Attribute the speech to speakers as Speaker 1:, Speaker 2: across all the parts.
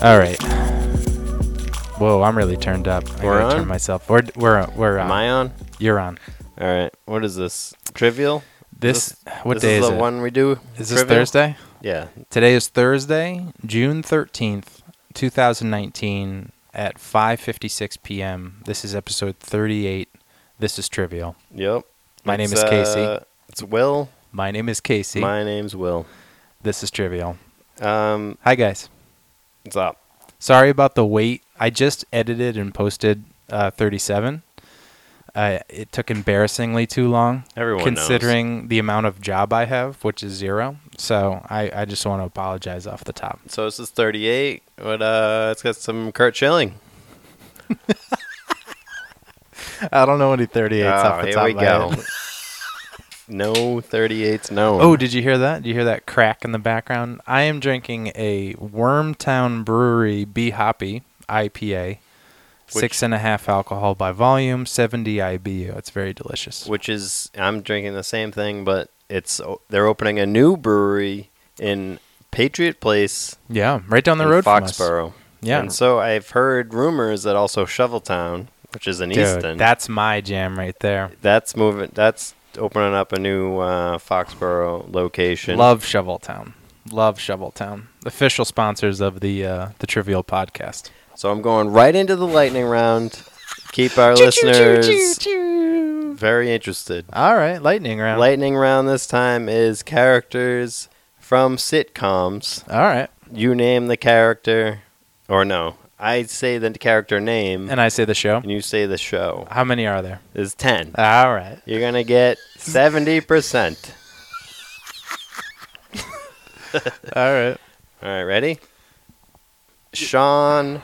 Speaker 1: All right. Whoa, I'm really turned up. I
Speaker 2: We're
Speaker 1: gotta turn
Speaker 2: on?
Speaker 1: myself. We're we're we're on.
Speaker 2: Am I on?
Speaker 1: You're on.
Speaker 2: All right. What is this? Trivial?
Speaker 1: This, what
Speaker 2: this
Speaker 1: day
Speaker 2: is,
Speaker 1: is,
Speaker 2: the
Speaker 1: it?
Speaker 2: one we do?
Speaker 1: Is this
Speaker 2: Trivial?
Speaker 1: Thursday?
Speaker 2: Yeah.
Speaker 1: Today is Thursday, June 13th, 2019 at 5:56 p.m. This is episode 38. This is trivial.
Speaker 2: Yep.
Speaker 1: My name
Speaker 2: It's,
Speaker 1: is Casey.
Speaker 2: uh, It's Will.
Speaker 1: My name is Casey.
Speaker 2: My name's Will.
Speaker 1: This is trivial.
Speaker 2: Um,
Speaker 1: Hi guys.
Speaker 2: what's up?
Speaker 1: Sorry about the wait. I just edited and posted uh, 37. Uh, it took embarrassingly too long,
Speaker 2: Everyone knows.
Speaker 1: considering the amount of job I have, which is zero. So I, I just want to apologize off the top.
Speaker 2: So this is 38. But uh, it's got some Kurt Schilling.
Speaker 1: I don't know any 38s
Speaker 2: Oh,
Speaker 1: off the
Speaker 2: here
Speaker 1: top
Speaker 2: we
Speaker 1: of my
Speaker 2: go.
Speaker 1: head.
Speaker 2: no 38s. No.
Speaker 1: Oh, did you hear that? Did you hear that crack in the background? I am drinking a Wormtown Brewery B Hoppy IPA, six
Speaker 2: Which-
Speaker 1: and a half alcohol by volume, 70 IBU. It's very delicious.
Speaker 2: which is I'm drinking the same thing, but it's o- they're opening a new brewery in Patriot Place
Speaker 1: yeah, right down the
Speaker 2: in
Speaker 1: road from us.
Speaker 2: Foxborough.
Speaker 1: Yeah.
Speaker 2: And so I've heard rumors that also Shoveltown, which is in Easton,
Speaker 1: Dude, that's my jam right there.
Speaker 2: that's moving. That's opening up a new uh, Foxborough location.
Speaker 1: Love Shovel Town. Love Shovel Town. Official sponsors of the uh, the Trivial Podcast.
Speaker 2: So I'm going right into the lightning round. Keep our listeners very interested.
Speaker 1: All right, lightning round.
Speaker 2: Lightning round this time is characters from sitcoms.
Speaker 1: All right,
Speaker 2: You name the character, or no? I say the character name,
Speaker 1: and I say the show.
Speaker 2: and you say the show.
Speaker 1: How many are there?
Speaker 2: Is ten.
Speaker 1: All right.
Speaker 2: You're gonna get seventy percent.
Speaker 1: All right.
Speaker 2: All right, ready? Sean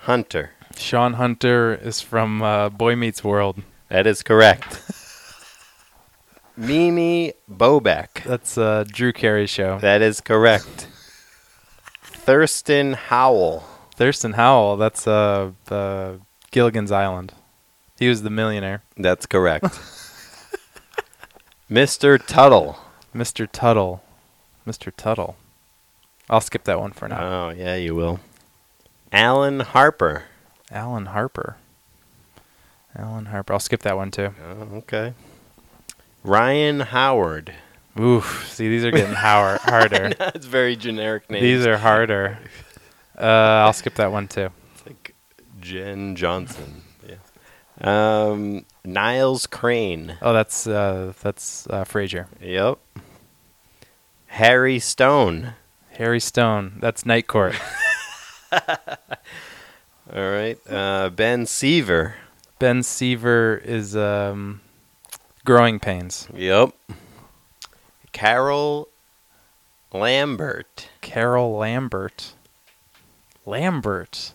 Speaker 2: Hunter.
Speaker 1: Sean Hunter is from uh, Boy Meets World.
Speaker 2: That is correct. Mimi Bobek.
Speaker 1: That's uh, Drew Carey show.
Speaker 2: That is correct. Thurston Howell.
Speaker 1: Thurston Howell. That's uh, uh, Gilligan's Island. He was the millionaire.
Speaker 2: That's correct. Mr. Tuttle.
Speaker 1: Mr. Tuttle. Mr. Tuttle. I'll skip that one for now.
Speaker 2: Oh, yeah, you will. Alan Harper.
Speaker 1: Alan Harper. Alan Harper. I'll skip that one too.
Speaker 2: Oh, okay. Ryan Howard.
Speaker 1: Oof. See, these are getting hower, harder.
Speaker 2: That's very generic name.
Speaker 1: These are harder. Uh, I'll skip that one too.
Speaker 2: like Jen Johnson. yeah. Um, Niles Crane.
Speaker 1: Oh, that's uh, that's uh, Frasier.
Speaker 2: Yep. Harry Stone.
Speaker 1: Harry Stone. That's Night Court.
Speaker 2: All right. Uh, ben Seaver.
Speaker 1: Ben Seaver is um, Growing Pains.
Speaker 2: Yep. Carol Lambert.
Speaker 1: Carol Lambert. Lambert.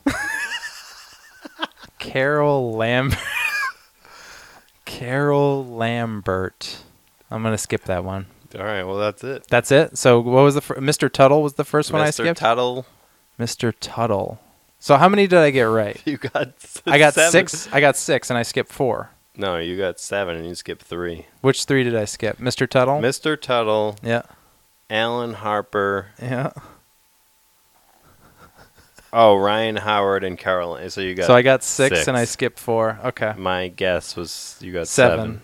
Speaker 1: Carol Lambert. Carol Lambert. I'm gonna skip that one.
Speaker 2: All right. Well, that's it.
Speaker 1: That's it. So what was the fir- Mr. Tuttle was the first one I
Speaker 2: Mr.
Speaker 1: skipped.
Speaker 2: Tuttle.
Speaker 1: Mr. Tuttle. So how many did I get right?
Speaker 2: You got. s-
Speaker 1: I got
Speaker 2: seven.
Speaker 1: six. I got six, and I skipped four.
Speaker 2: No, you got seven, and you skipped three.
Speaker 1: Which three did I skip? Mr. Tuttle.
Speaker 2: Mr. Tuttle,
Speaker 1: yeah.
Speaker 2: Alan Harper.
Speaker 1: Yeah.
Speaker 2: Oh, Ryan Howard and Carol. So you got.
Speaker 1: So I got six, and I
Speaker 2: six.
Speaker 1: skipped four. Okay.
Speaker 2: My guess was you got
Speaker 1: Seven.
Speaker 2: seven.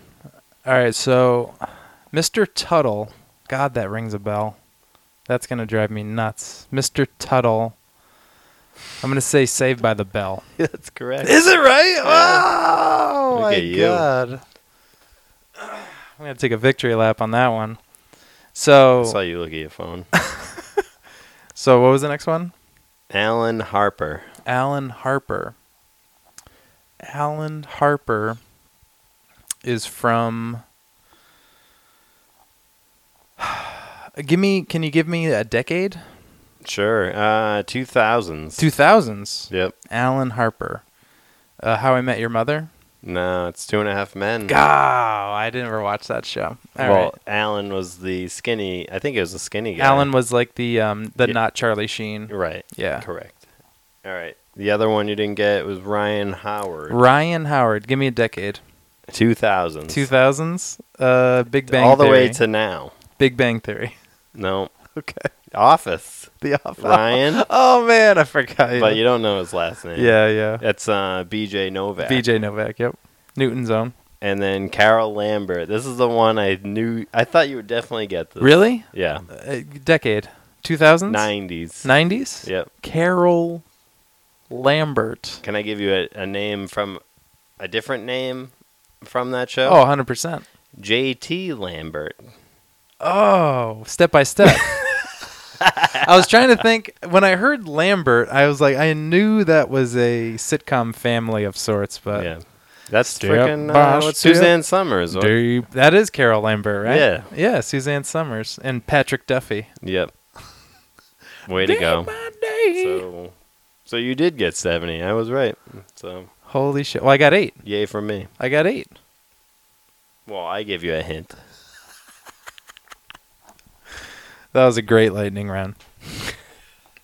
Speaker 1: All right, so Mr. Tuttle, God, that rings a bell. That's gonna drive me nuts. Mr. Tuttle, I'm gonna say Saved by the Bell.
Speaker 2: That's correct.
Speaker 1: it right? Oh
Speaker 2: Look at you.
Speaker 1: God! I'm gonna take a victory lap on that one. So,
Speaker 2: I saw you look at your phone.
Speaker 1: so what was the next one?
Speaker 2: Alan Harper.
Speaker 1: Alan Harper. Alan Harper is from. give me. Can you give me a decade?
Speaker 2: Sure. Uh, two thousands.
Speaker 1: Two thousands.
Speaker 2: Yep.
Speaker 1: Alan Harper. Uh, How I Met Your Mother.
Speaker 2: No, it's Two and a Half Men.
Speaker 1: God, I didn't ever watch that show. All right.
Speaker 2: well, Alan was the skinny. I think it was the skinny guy.
Speaker 1: Alan was like the um the
Speaker 2: Yeah.
Speaker 1: not Charlie Sheen.
Speaker 2: Right.
Speaker 1: Yeah.
Speaker 2: Correct. All right. The other one you didn't get was Ryan Howard.
Speaker 1: Ryan Howard. Give me a decade.
Speaker 2: Two thousands.
Speaker 1: Two thousands. Uh, Big Bang.
Speaker 2: All the way
Speaker 1: Theory.
Speaker 2: to now.
Speaker 1: Big Bang Theory.
Speaker 2: No.
Speaker 1: Okay.
Speaker 2: Office.
Speaker 1: The office.
Speaker 2: Ryan.
Speaker 1: Oh man, I forgot.
Speaker 2: But you don't know his last name.
Speaker 1: Yeah, yeah.
Speaker 2: It's uh, B.J. Novak.
Speaker 1: BJ Novak. Yep. Newton's own.
Speaker 2: And then Carol Lambert. This is the one I knew. I thought you would definitely get this.
Speaker 1: Really?
Speaker 2: Yeah.
Speaker 1: Uh, decade. Two thousands.
Speaker 2: 90s.
Speaker 1: Nineties.
Speaker 2: Yep.
Speaker 1: Carol Lambert.
Speaker 2: Can I give you a, a name from a different name from that show?
Speaker 1: Oh, 100 percent.
Speaker 2: J.T. Lambert.
Speaker 1: Oh, step by step. I was trying to think when I heard Lambert, I was like, I knew that was a sitcom family of sorts, but
Speaker 2: yeah. That's
Speaker 1: Uh, Step
Speaker 2: freaking
Speaker 1: by
Speaker 2: uh, what's
Speaker 1: step.
Speaker 2: Suzanne Summers. or-
Speaker 1: Deep. that is Carol Lambert, right?
Speaker 2: Yeah.
Speaker 1: yeah, Suzanne Summers and Patrick Duffy.
Speaker 2: Yep. Way to go.
Speaker 1: Day by day.
Speaker 2: So, so you did get 70. I was right. So,
Speaker 1: Holy shit! Well, I got eight.
Speaker 2: yay for me.
Speaker 1: I got eight.
Speaker 2: Well, I give you a hint.
Speaker 1: That was a great lightning round.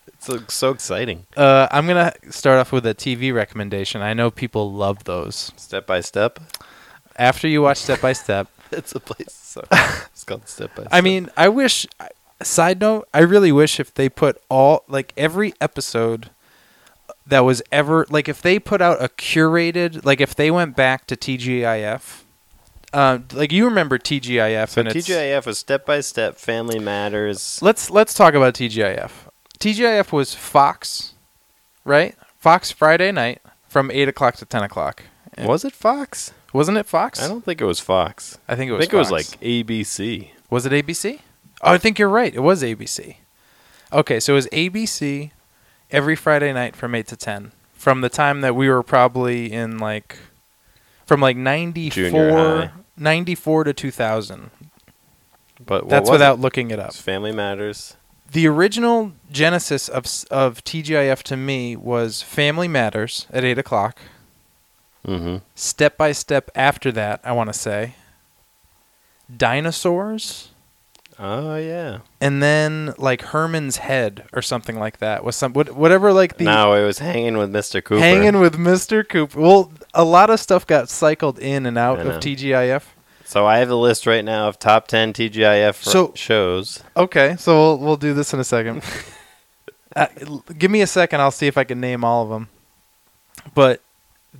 Speaker 2: It's so, so exciting.
Speaker 1: Uh, I'm gonna start off with a TV recommendation. I know people love those.
Speaker 2: Step by step.
Speaker 1: After you watch Step by Step,
Speaker 2: It's a place. So it's called step by.
Speaker 1: I mean, I wish. I- Side note: I really wish if they put all like every episode that was ever like if they put out a curated like if they went back to TGIF, uh, like you remember TGIF
Speaker 2: so
Speaker 1: and it's-
Speaker 2: TGIF was step by step. Family Matters.
Speaker 1: Let's let's talk about TGIF. TGIF was Fox, right? Fox Friday night from eight o'clock to ten o'clock.
Speaker 2: Was it Fox?
Speaker 1: Wasn't it Fox?
Speaker 2: I don't think it was Fox.
Speaker 1: I think it
Speaker 2: I
Speaker 1: was.
Speaker 2: think it was like
Speaker 1: Fox.
Speaker 2: ABC.
Speaker 1: Was it ABC? Oh, I think you're right. It was ABC. Okay, so it was ABC every Friday night from 8 to 10. From the time that we were probably in like from like 94
Speaker 2: high.
Speaker 1: 94 to 2000.
Speaker 2: But what
Speaker 1: That's
Speaker 2: was
Speaker 1: without
Speaker 2: It?
Speaker 1: looking it
Speaker 2: It
Speaker 1: up.
Speaker 2: was Family Matters.
Speaker 1: The original genesis of s- of TGIF to me was Family Matters at 8 o'clock.
Speaker 2: Mm-hmm.
Speaker 1: Step by step after that, I want to say. Dinosaurs.
Speaker 2: Oh yeah.
Speaker 1: and then like Herman's head or something like that was some what- whatever like the
Speaker 2: no, it was hanging with Mr. Cooper.
Speaker 1: hanging with Mr. Cooper. Well, a lot of stuff got cycled in and out
Speaker 2: I
Speaker 1: of
Speaker 2: know.
Speaker 1: TGIF.
Speaker 2: So I have a list right now of top ten TGIF
Speaker 1: So-
Speaker 2: shows.
Speaker 1: Okay, so we'll we'll do this in a second. uh, l- give me a second. I'll see if I can name all of them. But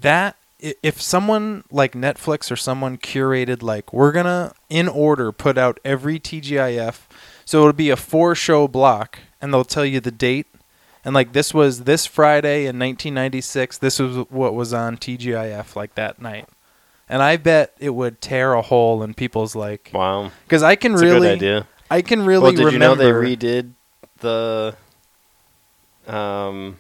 Speaker 1: that i- if someone like Netflix or someone curated like we're gonna in order put out every TGIF, so it'll be a four show block, and they'll tell you the date. And like this was this Friday in 1996. This was what was on TGIF like that night, and I bet it would tear a hole in people's like
Speaker 2: Wow,
Speaker 1: because I can
Speaker 2: that's
Speaker 1: really
Speaker 2: a good idea.
Speaker 1: I can really
Speaker 2: well, did
Speaker 1: remember.
Speaker 2: you know they redid the um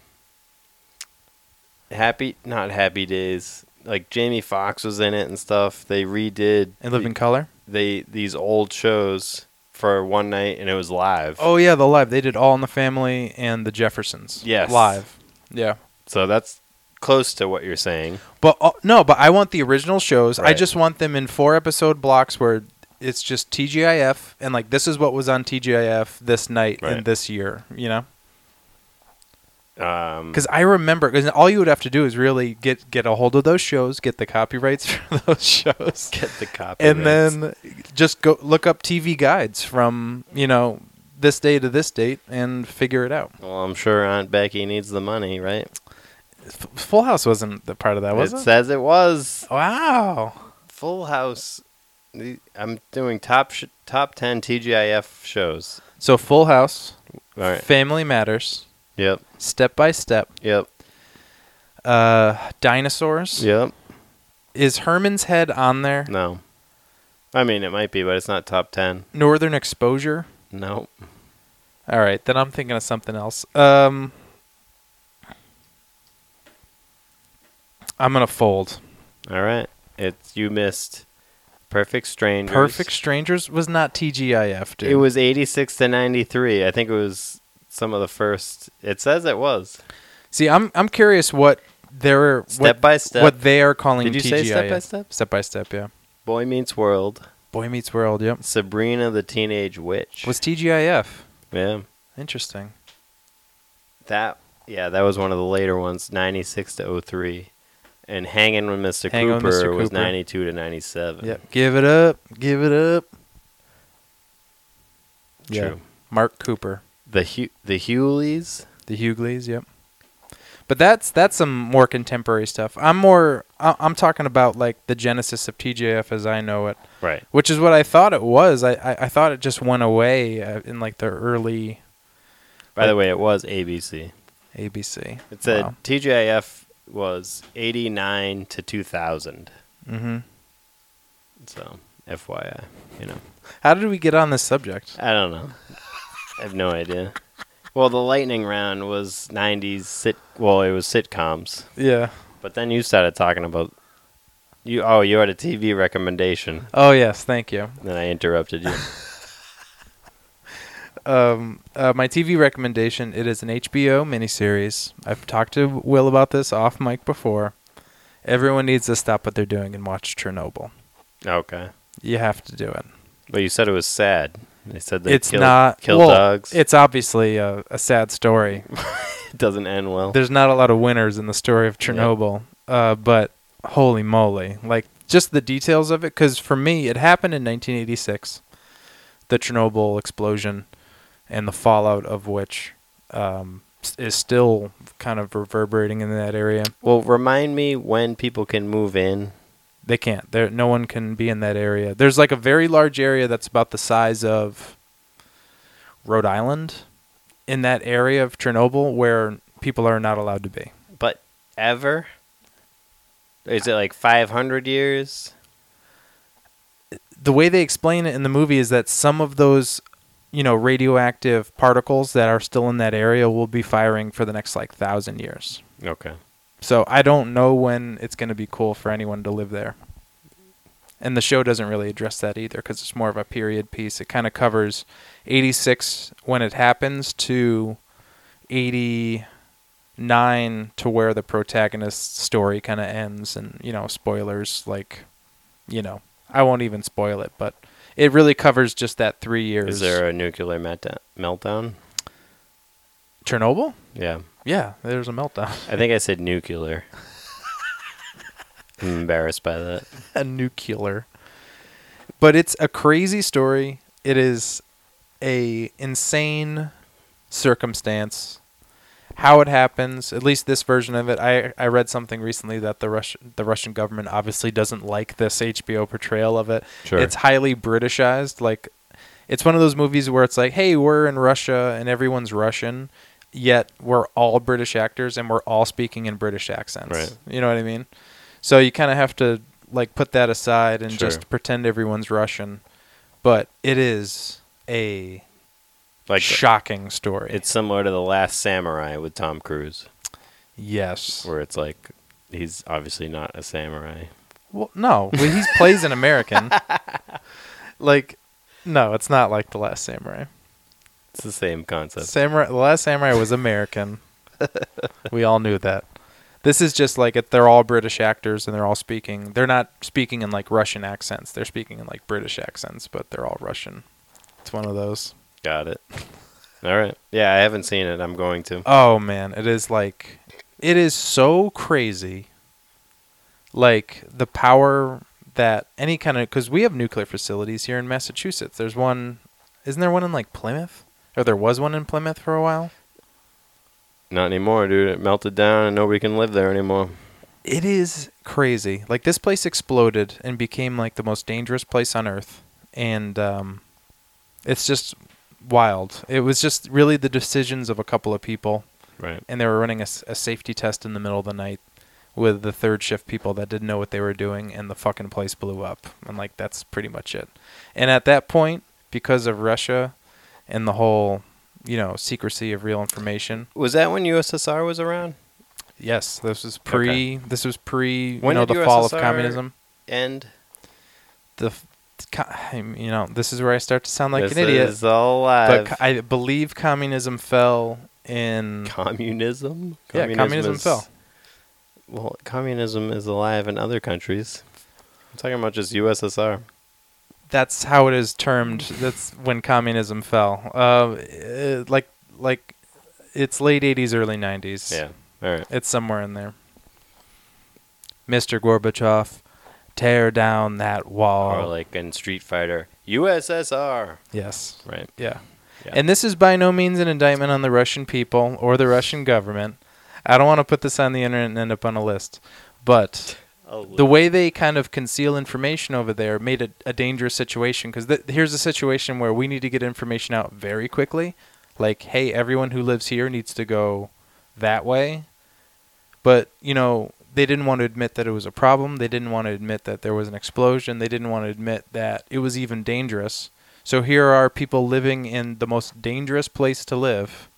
Speaker 2: happy not happy days like Jamie Foxx was in it and stuff. They redid
Speaker 1: and live in color.
Speaker 2: they these old shows for one night and it was live.
Speaker 1: Oh yeah, the live they did All in the Family and the Jeffersons.
Speaker 2: Yes.
Speaker 1: live. Yeah,
Speaker 2: So that's close to what you're saying.
Speaker 1: but uh, no, but I want the original shows. I
Speaker 2: Right.
Speaker 1: just want them in four episode blocks where it's just TGIF and like this is what was on TGIF this night
Speaker 2: Right.
Speaker 1: and this year. You know,
Speaker 2: Um
Speaker 1: because I remember because all you would have to do is really get get a hold of those shows, get the copyrights for those shows.
Speaker 2: get the copy.
Speaker 1: and then just go look up TV guides from you know this day to this date and figure it out.
Speaker 2: well, I'm sure Aunt Becky needs the money, right?
Speaker 1: F- Full House wasn't the part of that, was
Speaker 2: it
Speaker 1: it?
Speaker 2: says it was
Speaker 1: wow.
Speaker 2: Full House. the- I'm doing top sh- top 10 TGIF shows.
Speaker 1: So Full House,
Speaker 2: All right.
Speaker 1: Family Matters,
Speaker 2: Yep.
Speaker 1: Step by Step,
Speaker 2: Yep.
Speaker 1: uh, Dinosaurs.
Speaker 2: Yep.
Speaker 1: Is Herman's Head on there?
Speaker 2: No. I mean, it might be, but it's not top 10.
Speaker 1: Northern Exposure.
Speaker 2: No.
Speaker 1: All right, then I'm thinking of something else. Um, I'm gonna fold.
Speaker 2: All right. It's you missed Perfect Strangers.
Speaker 1: Perfect Strangers was not TGIF, dude.
Speaker 2: It was 86 to 93. I think it was some of the first. It says it was.
Speaker 1: See, I'm I'm curious what they're
Speaker 2: Step
Speaker 1: what,
Speaker 2: by Step.
Speaker 1: what they are calling
Speaker 2: Did you
Speaker 1: TGIF.
Speaker 2: say Step by Step?
Speaker 1: Step by step, yeah.
Speaker 2: Boy Meets World.
Speaker 1: Boy Meets World, yep.
Speaker 2: Sabrina the Teenage Witch.
Speaker 1: Was TGIF
Speaker 2: yeah.
Speaker 1: interesting?
Speaker 2: That yeah, that was one of the later ones, ninety six to 03. and hanging with Mr.
Speaker 1: Hangin' with
Speaker 2: Cooper
Speaker 1: Mr.
Speaker 2: was
Speaker 1: Cooper.
Speaker 2: ninety two to ninety seven.
Speaker 1: Yep. Give it up, give it up.
Speaker 2: True.
Speaker 1: Mark Cooper,
Speaker 2: The Hu- the Hewleys.
Speaker 1: the Hughleys. Yep. But that's that's some more contemporary stuff. I'm more I- I'm talking about like the genesis of TJF as I know it,
Speaker 2: Right.
Speaker 1: which is what I thought it was. I I, I thought it just went away uh, in like the early
Speaker 2: By the way, it was ABC.
Speaker 1: ABC.
Speaker 2: It said TJIF was 89 to 2000.
Speaker 1: hmm
Speaker 2: So, FYI, you know.
Speaker 1: How did we get on this subject?
Speaker 2: I don't know. I have no idea. Well, the lightning round was 90s sit well, it was sitcoms.
Speaker 1: Yeah.
Speaker 2: But then you started talking about you oh, you had a TV recommendation.
Speaker 1: Oh yes, thank you.
Speaker 2: Then I interrupted you.
Speaker 1: um, uh, my TV recommendation. It is an HBO miniseries. I've talked to Will about this off mic before. Everyone needs to stop what they're doing and watch Chernobyl.
Speaker 2: okay.
Speaker 1: You have to do it.
Speaker 2: But you said it was sad. They said they
Speaker 1: it's
Speaker 2: killed,
Speaker 1: not
Speaker 2: killed
Speaker 1: well,
Speaker 2: dogs.
Speaker 1: It's obviously a, a sad story.
Speaker 2: It doesn't end well.
Speaker 1: There's not a lot of winners in the story of Chernobyl, uh, but holy moly! Like just the details of it. Because for me, it happened in 1986, the Chernobyl explosion, and the fallout of which um, s- is still kind of reverberating in that area.
Speaker 2: Well, remind me when people can move in.
Speaker 1: They can't. There, no one can be in that area. There's like a very large area that's about the size of Rhode Island, in that area of Chernobyl where people are not allowed to be.
Speaker 2: But ever? Is it like 500 years?
Speaker 1: the way they explain it in the movie is that some of those you know radioactive particles that are still in that area will be firing for the next like thousand years
Speaker 2: Okay.
Speaker 1: so i don't know when it's going to be cool for anyone to live there and the show doesn't really address that either because it's more of a period piece it kind of covers 86 when it happens to 89 to where the protagonist's story kind of ends and you know spoilers like you know i won't even spoil it but it really covers just that three years
Speaker 2: Is there a nuclear meltdown- meltdown?
Speaker 1: chernobyl
Speaker 2: Yeah.
Speaker 1: yeah there's a meltdown
Speaker 2: I think I said nuclear. I'm embarrassed by that.
Speaker 1: a nuclear. But it's a crazy story. It is a insane circumstance. How it happens, at least this version of it. I, I read something recently that the Russian the Russian government obviously doesn't like this HBO portrayal of it.
Speaker 2: Sure.
Speaker 1: It's highly Britishized. Like it's one of those movies where it's like, hey, we're in Russia and everyone's Russian, yet we're all British actors and we're all speaking in British accents.
Speaker 2: Right.
Speaker 1: You know what I mean? So you kind of have to like put that aside and
Speaker 2: Sure.
Speaker 1: just pretend everyone's Russian. But it is a
Speaker 2: Like
Speaker 1: shocking story.
Speaker 2: it's similar to the Last Samurai with Tom Cruise,
Speaker 1: yes.
Speaker 2: where it's like he's obviously not a samurai.
Speaker 1: Well, no, well, he plays an American. like, no, it's not like the Last Samurai.
Speaker 2: It's the same concept.
Speaker 1: Samurai, the Last Samurai was American. we all knew that. This is just like it, they're all British actors and they're all speaking. They're not speaking in like Russian accents. They're speaking in like British accents, but they're all Russian. It's one of those.
Speaker 2: Got it. All right. Yeah, I haven't seen it. I'm going to.
Speaker 1: Oh man, it is like it is so crazy. Like the power that any kind of because we have nuclear facilities here in Massachusetts. There's one, isn't there one in like Plymouth? Or there was one in Plymouth for a while.
Speaker 2: Not anymore, dude. It melted down and nobody can live there anymore.
Speaker 1: It is crazy. Like this place exploded and became like the most dangerous place on earth, and um, it's just wild. It was just really the decisions of a couple of people
Speaker 2: Right.
Speaker 1: and they were running a, s- a safety test in the middle of the night with the third shift people that didn't know what they were doing and the fucking place blew up and like that's pretty much it and at that point because of russia and the whole you know secrecy of real information
Speaker 2: Was that when USSR was around?
Speaker 1: yes this was pre this was pre
Speaker 2: When
Speaker 1: you know
Speaker 2: did
Speaker 1: the fall of
Speaker 2: USSR
Speaker 1: communism
Speaker 2: And
Speaker 1: the f- co- I mean, you know this is where i start to sound like
Speaker 2: this
Speaker 1: an idiot
Speaker 2: is all
Speaker 1: but
Speaker 2: live.
Speaker 1: co- i believe communism fell in
Speaker 2: communism.
Speaker 1: yeah communism
Speaker 2: is-
Speaker 1: fell
Speaker 2: Well, communism is alive in other countries. I'm talking about just USSR.
Speaker 1: that's how it is termed. That's when communism fell. Uh, uh, like like it's late eighties, early nineties.
Speaker 2: Yeah. All right.
Speaker 1: it's somewhere in there. Mister Gorbachev, tear down that wall.
Speaker 2: Or like in Street Fighter, USSR.
Speaker 1: yes,
Speaker 2: Right.
Speaker 1: yeah.
Speaker 2: Yeah.
Speaker 1: And this is by no means an indictment on the Russian people or the Russian government. I don't want to put this on the internet and end up on a list. But
Speaker 2: Oh,
Speaker 1: the way they kind of conceal information over there made it a dangerous situation because th- here's a situation where we need to get information out very quickly like hey everyone who lives here needs to go that way but you know they didn't want to admit that it was a problem they didn't want to admit that there was an explosion they didn't want to admit that it was even dangerous so here are people living in the most dangerous place to live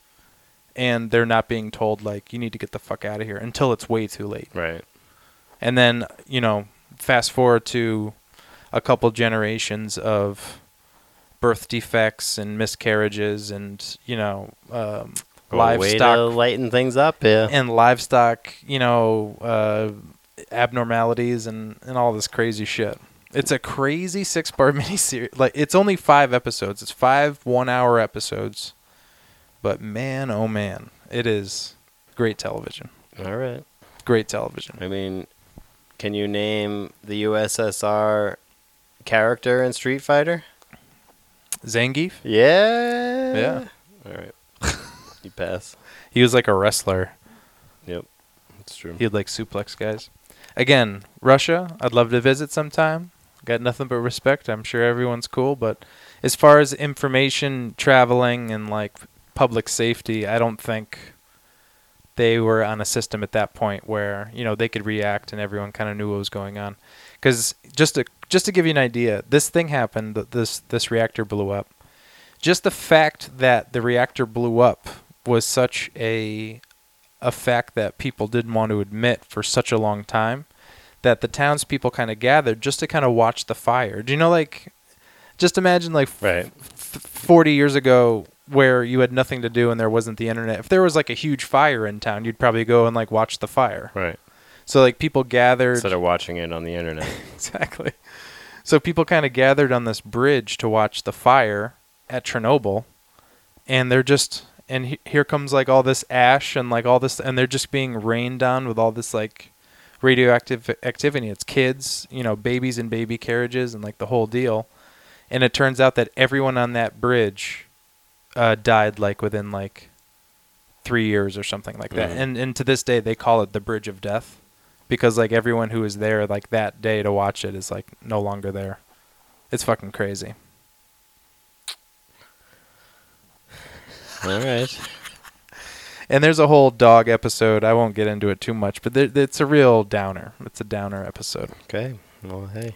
Speaker 1: and they're not being told like you need to get the fuck out of here until it's way too late
Speaker 2: right.
Speaker 1: and then you know fast forward to a couple generations of birth defects and miscarriages and you know um,
Speaker 2: Way
Speaker 1: livestock
Speaker 2: to lighten things up, yeah.
Speaker 1: and livestock you know uh, abnormalities and and all this crazy shit it's a crazy six part miniseries like it's only five episodes it's five one hour episodes but man oh man it is great television
Speaker 2: All right.
Speaker 1: great television
Speaker 2: I mean, can you name the USSR character in Street Fighter?
Speaker 1: zangief
Speaker 2: Yeah.
Speaker 1: Yeah.
Speaker 2: All right. you pass.
Speaker 1: he was like a wrestler
Speaker 2: Yep. That's true.
Speaker 1: He'd like suplex guys. Again, Russia, I'd love to visit sometime. Got nothing but respect. I'm sure everyone's cool, but as far as information traveling and like public safety, I don't think they were on a system at that point where, you know, they could react and everyone kind of knew what was going on. Cuz just to just to give you an idea, this thing happened, th- this this reactor blew up. Just the fact that the reactor blew up was such a a fact that people didn't want to admit for such a long time that the townspeople kind of gathered just to kind of watch the fire. Do you know, like, just imagine, like, f-
Speaker 2: Right.
Speaker 1: 40 years ago where you had nothing to do and there wasn't the internet. If there was, like, a huge fire in town, you'd probably go and, like, watch the fire.
Speaker 2: Right.
Speaker 1: So, like, people gathered.
Speaker 2: Instead of watching it on the internet.
Speaker 1: exactly. So people kind of gathered on this bridge to watch the fire at Chernobyl, and they're just and he, here comes like all this ash and like all this and they're just being rained on with all this like radioactive activity. It's kids, you know, babies in baby carriages and like the whole deal. And it turns out that everyone on that bridge uh, died like within like three years or something like that.
Speaker 2: Mhm.
Speaker 1: And and to this day they call it the Bridge of Death because like everyone who was there like that day to watch it is like no longer there. It's fucking crazy.
Speaker 2: All right.
Speaker 1: And there's a whole dog episode. I won't get into it too much, but th- it's a real downer. It's a downer episode.
Speaker 2: Okay. Well, hey.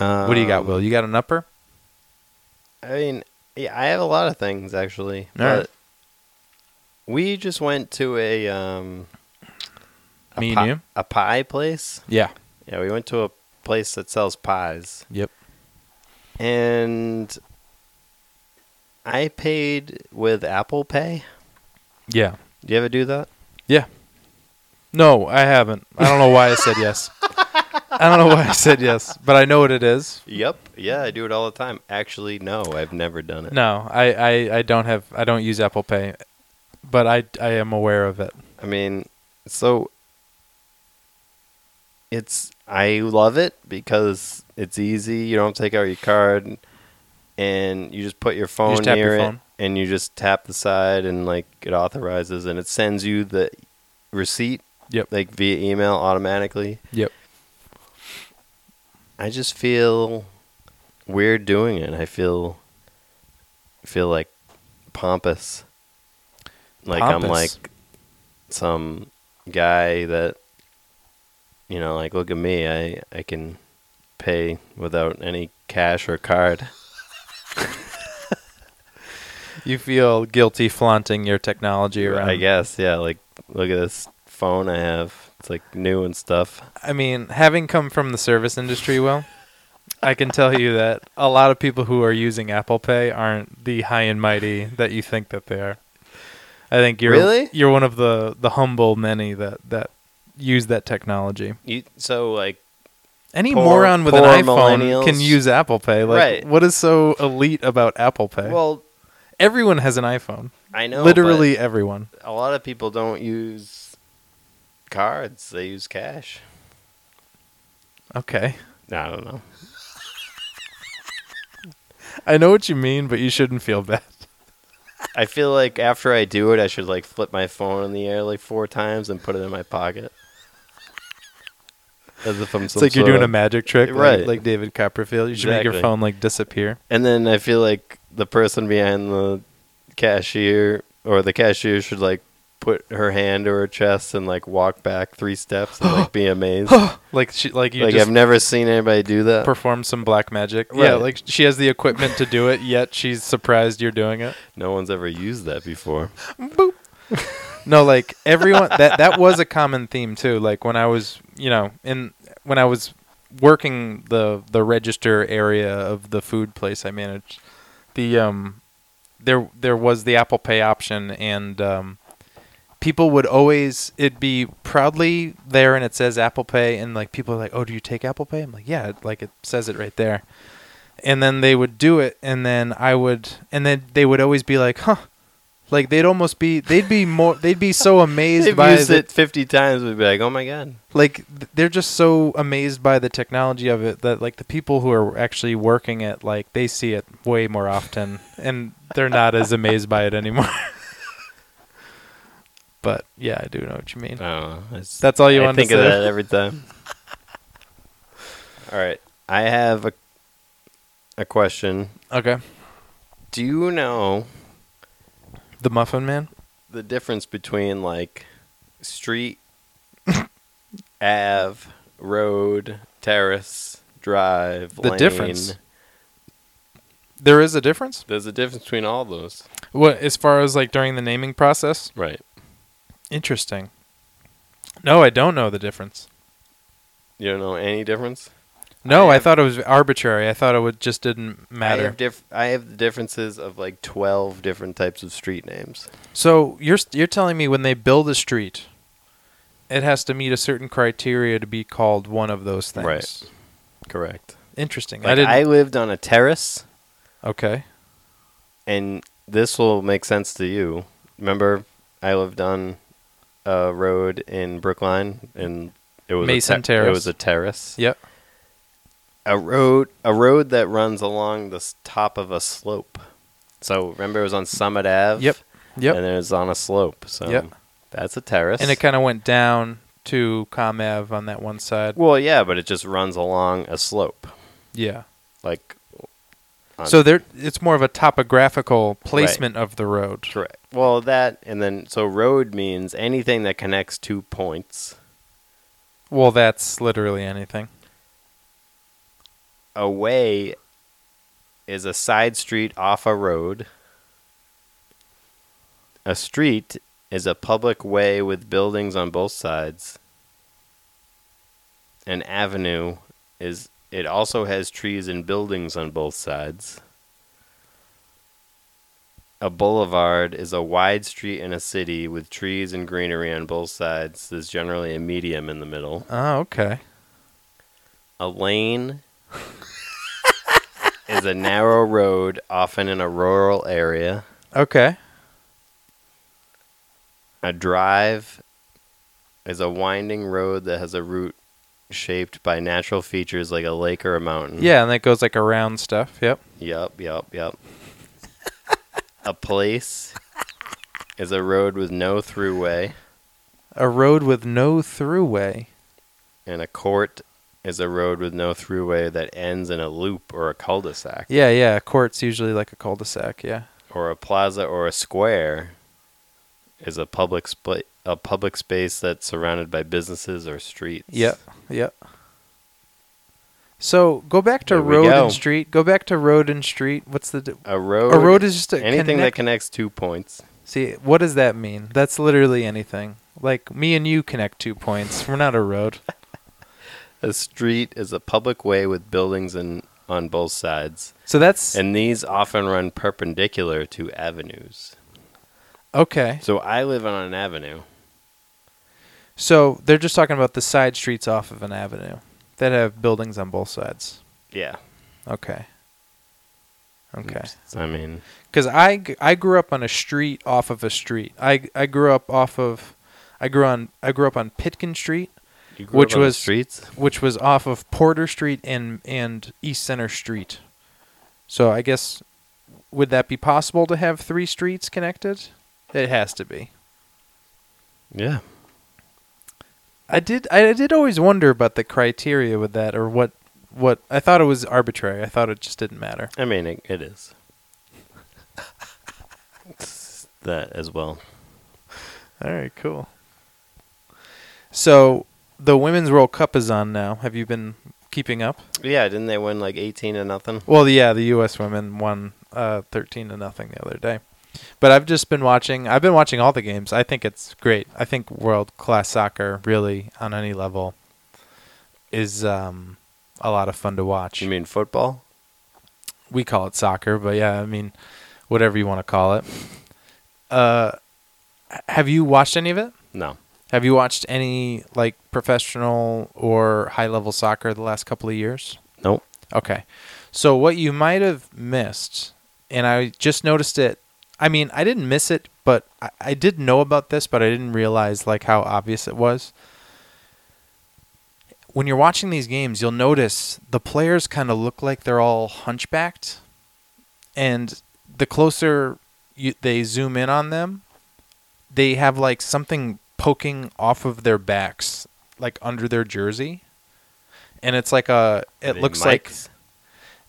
Speaker 2: Um,
Speaker 1: what do you got, Will? You got an upper?
Speaker 2: I mean, yeah, I have a lot of things actually.
Speaker 1: All right.
Speaker 2: but We just went to a um a
Speaker 1: Me and
Speaker 2: pi-
Speaker 1: you?
Speaker 2: a pie place.
Speaker 1: Yeah.
Speaker 2: Yeah, we went to a place that sells pies.
Speaker 1: Yep.
Speaker 2: and I paid with Apple Pay.
Speaker 1: Yeah.
Speaker 2: Do you ever do that?
Speaker 1: Yeah. No, I haven't. I don't know why I said yes. I don't know why I said yes, but I know what it is.
Speaker 2: Yep. Yeah, I do it all the time. Actually, no, I've never done it.
Speaker 1: No, I, I, I don't have I don't use Apple Pay, but I I am aware of it.
Speaker 2: I mean, so it's I love it because it's easy. You don't take out your card, and you just put your phone
Speaker 1: tap
Speaker 2: near
Speaker 1: your
Speaker 2: it,
Speaker 1: phone.
Speaker 2: and you just tap the side, and like it authorizes, and it sends you the receipt
Speaker 1: Yep.
Speaker 2: like via email automatically.
Speaker 1: Yep.
Speaker 2: I just feel weird doing it. I feel feel like pompous. Like I'm
Speaker 1: Pompous?
Speaker 2: like some guy that you know, like look at me. I I can pay without any cash or card.
Speaker 1: You feel guilty flaunting your technology around.
Speaker 2: I guess, yeah, like look at this phone I have. It's like new and stuff.
Speaker 1: I mean, having come from the service industry, Will, I can tell you that a lot of people who are using Apple Pay aren't the high and mighty that you think that they are. I think you're
Speaker 2: Really?
Speaker 1: you're one of the, the humble many that, that use that technology.
Speaker 2: You so like
Speaker 1: Any
Speaker 2: Poor-
Speaker 1: moron with an
Speaker 2: poor
Speaker 1: iPhone
Speaker 2: millennials.
Speaker 1: can use Apple Pay. Like,
Speaker 2: Right.
Speaker 1: what is so elite about Apple Pay?
Speaker 2: well,
Speaker 1: everyone has an iPhone.
Speaker 2: I know but-
Speaker 1: Literally everyone.
Speaker 2: a lot of people don't use cards; they use cash.
Speaker 1: Okay.
Speaker 2: I don't know.
Speaker 1: I know what you mean, but you shouldn't feel bad.
Speaker 2: I feel like after I do it, I should like flip my phone in the air like four times and put it in my pocket. As if I'm
Speaker 1: It's like you're doing a magic trick, like-
Speaker 2: Right.
Speaker 1: Like, David Copperfield. You should make your
Speaker 2: Exactly.
Speaker 1: phone like disappear.
Speaker 2: And then I feel like the person behind the cashier or the cashier should like put her hand to her chest and like walk back three steps and like be amazed. like
Speaker 1: Like she, like you
Speaker 2: I've
Speaker 1: just
Speaker 2: never seen anybody do that.
Speaker 1: perform some black magic. Yeah,
Speaker 2: Right.
Speaker 1: like she has the equipment to do it, yet she's surprised you're doing it.
Speaker 2: no one's ever used that before.
Speaker 1: No, like everyone that that was a common theme too. Like when I was, you know, in when I was working the the register area of the food place I managed, the um there there was the Apple Pay option and um people would always it'd be proudly there and it says Apple Pay and like people are like, "Oh, do you take Apple Pay?" I'm like, "Yeah, it- like it says it right there." And then they would do it and then I would and then they would always be like, "Huh." Like they'd almost be they'd be more they'd be so amazed
Speaker 2: They've
Speaker 1: by
Speaker 2: used
Speaker 1: the-
Speaker 2: it 50 times. We'd be like, oh my God.
Speaker 1: like th- they're just so amazed by the technology of it that like the people who are actually working it like they see it way more often and they're not as amazed by it anymore but yeah i do know what you mean
Speaker 2: I don't know. It's-
Speaker 1: that's all you
Speaker 2: I
Speaker 1: want to
Speaker 2: think
Speaker 1: say
Speaker 2: of that every time. All right. I have a, a question.
Speaker 1: okay
Speaker 2: Do you know
Speaker 1: the muffin man
Speaker 2: the difference between like street, Ave, road, terrace, drive,
Speaker 1: The
Speaker 2: lane?
Speaker 1: difference? there is a difference
Speaker 2: There's a difference between all those.
Speaker 1: what as far as like during the naming process
Speaker 2: Right.
Speaker 1: interesting no i don't know the difference
Speaker 2: You don't know any difference?
Speaker 1: no
Speaker 2: I
Speaker 1: i,
Speaker 2: have-
Speaker 1: thought it was arbitrary i thought it would just didn't matter
Speaker 2: I have, diff- I have the differences of like 12 different types of street names.
Speaker 1: So you're st- you're telling me when they build a street, it has to meet a certain criteria to be called one of those things.
Speaker 2: Right. Correct.
Speaker 1: Interesting. I
Speaker 2: Like,
Speaker 1: didn't.
Speaker 2: I lived on a terrace.
Speaker 1: okay.
Speaker 2: and this will make sense to you. Remember, I lived on a road in Brookline, and it was
Speaker 1: Mason
Speaker 2: a ter-
Speaker 1: Terrace.
Speaker 2: It was a terrace.
Speaker 1: Yep.
Speaker 2: A road, a road that runs along the s- top of a slope. So remember, it was on Summit Ave.
Speaker 1: Yep. Yep.
Speaker 2: And
Speaker 1: And,
Speaker 2: it was on a slope. So
Speaker 1: Yep.
Speaker 2: that's a terrace.
Speaker 1: it kind of went down to Comav on that one side.
Speaker 2: well, yeah, but it just runs along a slope,
Speaker 1: yeah.
Speaker 2: like. on-
Speaker 1: So there, it's more of a topographical placement of the road.
Speaker 2: Correct. Well, that and then so road means anything that connects two points.
Speaker 1: Well, that's literally anything.
Speaker 2: a way is a side street off a road. A street is a public way with buildings on both sides. An avenue is it also has trees and buildings on both sides. A boulevard is a wide street in a city with trees and greenery on both sides. There's generally a medium in the middle.
Speaker 1: Oh, okay.
Speaker 2: A lane is a narrow road, often in a rural area.
Speaker 1: Okay.
Speaker 2: A drive is a winding road that has a route shaped by natural features like a lake or a mountain.
Speaker 1: Yeah, and that goes like around stuff. Yep.
Speaker 2: Yep, yep, yep. a place is a road with no throughway,
Speaker 1: A road with no throughway.
Speaker 2: and a court is a road with no throughway that ends in a loop or a cul-de-sac.
Speaker 1: Yeah, yeah. Court's usually like a cul-de-sac. Yeah.
Speaker 2: or a plaza or a square is a public spa a public space that's surrounded by businesses or streets.
Speaker 1: Yep. Yep. So go back to
Speaker 2: There we
Speaker 1: road
Speaker 2: go.
Speaker 1: and street. Go back to road and street. What's the d-
Speaker 2: A road
Speaker 1: a road is just a
Speaker 2: anything that
Speaker 1: connect-
Speaker 2: connects two points.
Speaker 1: See, what does that mean? That's literally anything. Like me and you connect two points. We're not a road.
Speaker 2: A street is a public way with buildings and on both sides.
Speaker 1: So that's
Speaker 2: And these often run perpendicular to avenues.
Speaker 1: okay.
Speaker 2: So I live on an avenue.
Speaker 1: So they're just talking about the side streets off of an avenue that have buildings on both sides.
Speaker 2: Yeah.
Speaker 1: Okay. Okay.
Speaker 2: I mean
Speaker 1: because I, g- I grew up on a street off of a street. I, I grew up off of I grew on I grew up on Pitkin Street,
Speaker 2: you grew
Speaker 1: Which
Speaker 2: up on the
Speaker 1: was-
Speaker 2: streets?
Speaker 1: which was off of Porter Street and and East Center Street, So I guess would that be possible to have three streets connected? It has to be.
Speaker 2: Yeah.
Speaker 1: I did I did always wonder about the criteria with that or what what I thought it was arbitrary. I thought it just didn't matter.
Speaker 2: I mean, it, it is. It's that as well.
Speaker 1: All right, cool. So the Women's World Cup is on now. Have you been keeping up?
Speaker 2: Yeah, didn't they win like 18 to nothing?
Speaker 1: Well, yeah, the U.S. women won uh, 13 to nothing the other day. But I've just been watching. I've been watching all the games. I think it's great. I think world class soccer, really on any level, is um, a lot of fun to watch.
Speaker 2: You mean football?
Speaker 1: we call it soccer, but yeah, I mean, whatever you want to call it. Uh, h- have you watched any of it?
Speaker 2: No.
Speaker 1: Have you watched any like professional or high level soccer the last couple of years?
Speaker 2: Nope.
Speaker 1: Okay. So what you might have missed, and I just noticed it. I mean, I didn't miss it, but I, I did know about this, but I didn't realize like how obvious it was. When you're watching these games, you'll notice the players kind of look like they're all hunchbacked, and the closer you, they zoom in on them, they have like something poking off of their backs, like under their jersey, and it's like a.
Speaker 2: Are
Speaker 1: It
Speaker 2: they
Speaker 1: looks like
Speaker 2: mics?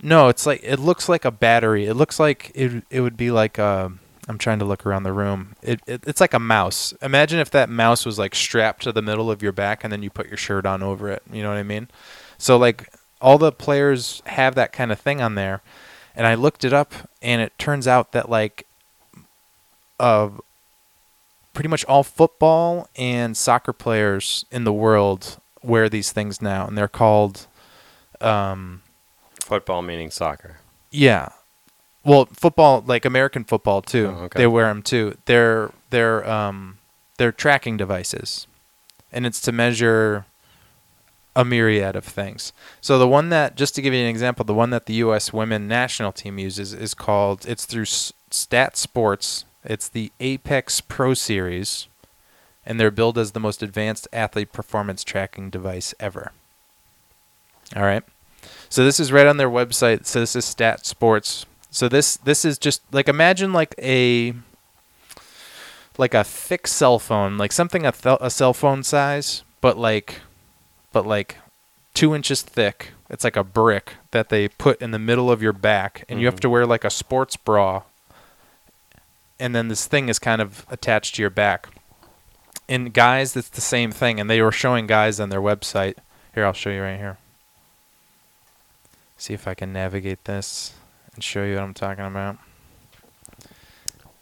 Speaker 1: no, it's like it looks like a battery. It looks like it. It would be like i I'm trying to look around the room. It, it it's like a mouse. Imagine if that mouse was like strapped to the middle of your back, and then you put your shirt on over it. You know what I mean? So like all the players have that kind of thing on there, and I looked it up, and it turns out that like, uh, pretty much all football and soccer players in the world wear these things now, and they're called.
Speaker 2: Football meaning soccer.
Speaker 1: Yeah. Well, football, like American football too,
Speaker 2: Oh, okay.
Speaker 1: they wear them too. They're they're um they're tracking devices, and it's to measure a myriad of things. So the one that, just to give you an example, the one that the U.S. women national team uses is called. It's through S- Stat Sports. It's the Apex Pro Series, and they're billed as the most advanced athlete performance tracking device ever. All right. So this is right on their website. So this is Stat Sports. So this this is just like imagine like a like a thick cell phone, like something a, th- a cell phone size, but like but like two inches thick. It's like a brick that they put in the middle of your back, and you have to wear like a sports bra. And then this thing is kind of attached to your back. In guys, it's the same thing, and they were showing guys on their website. Here, I'll show you right here. See if I can navigate this and show you what I'm talking about.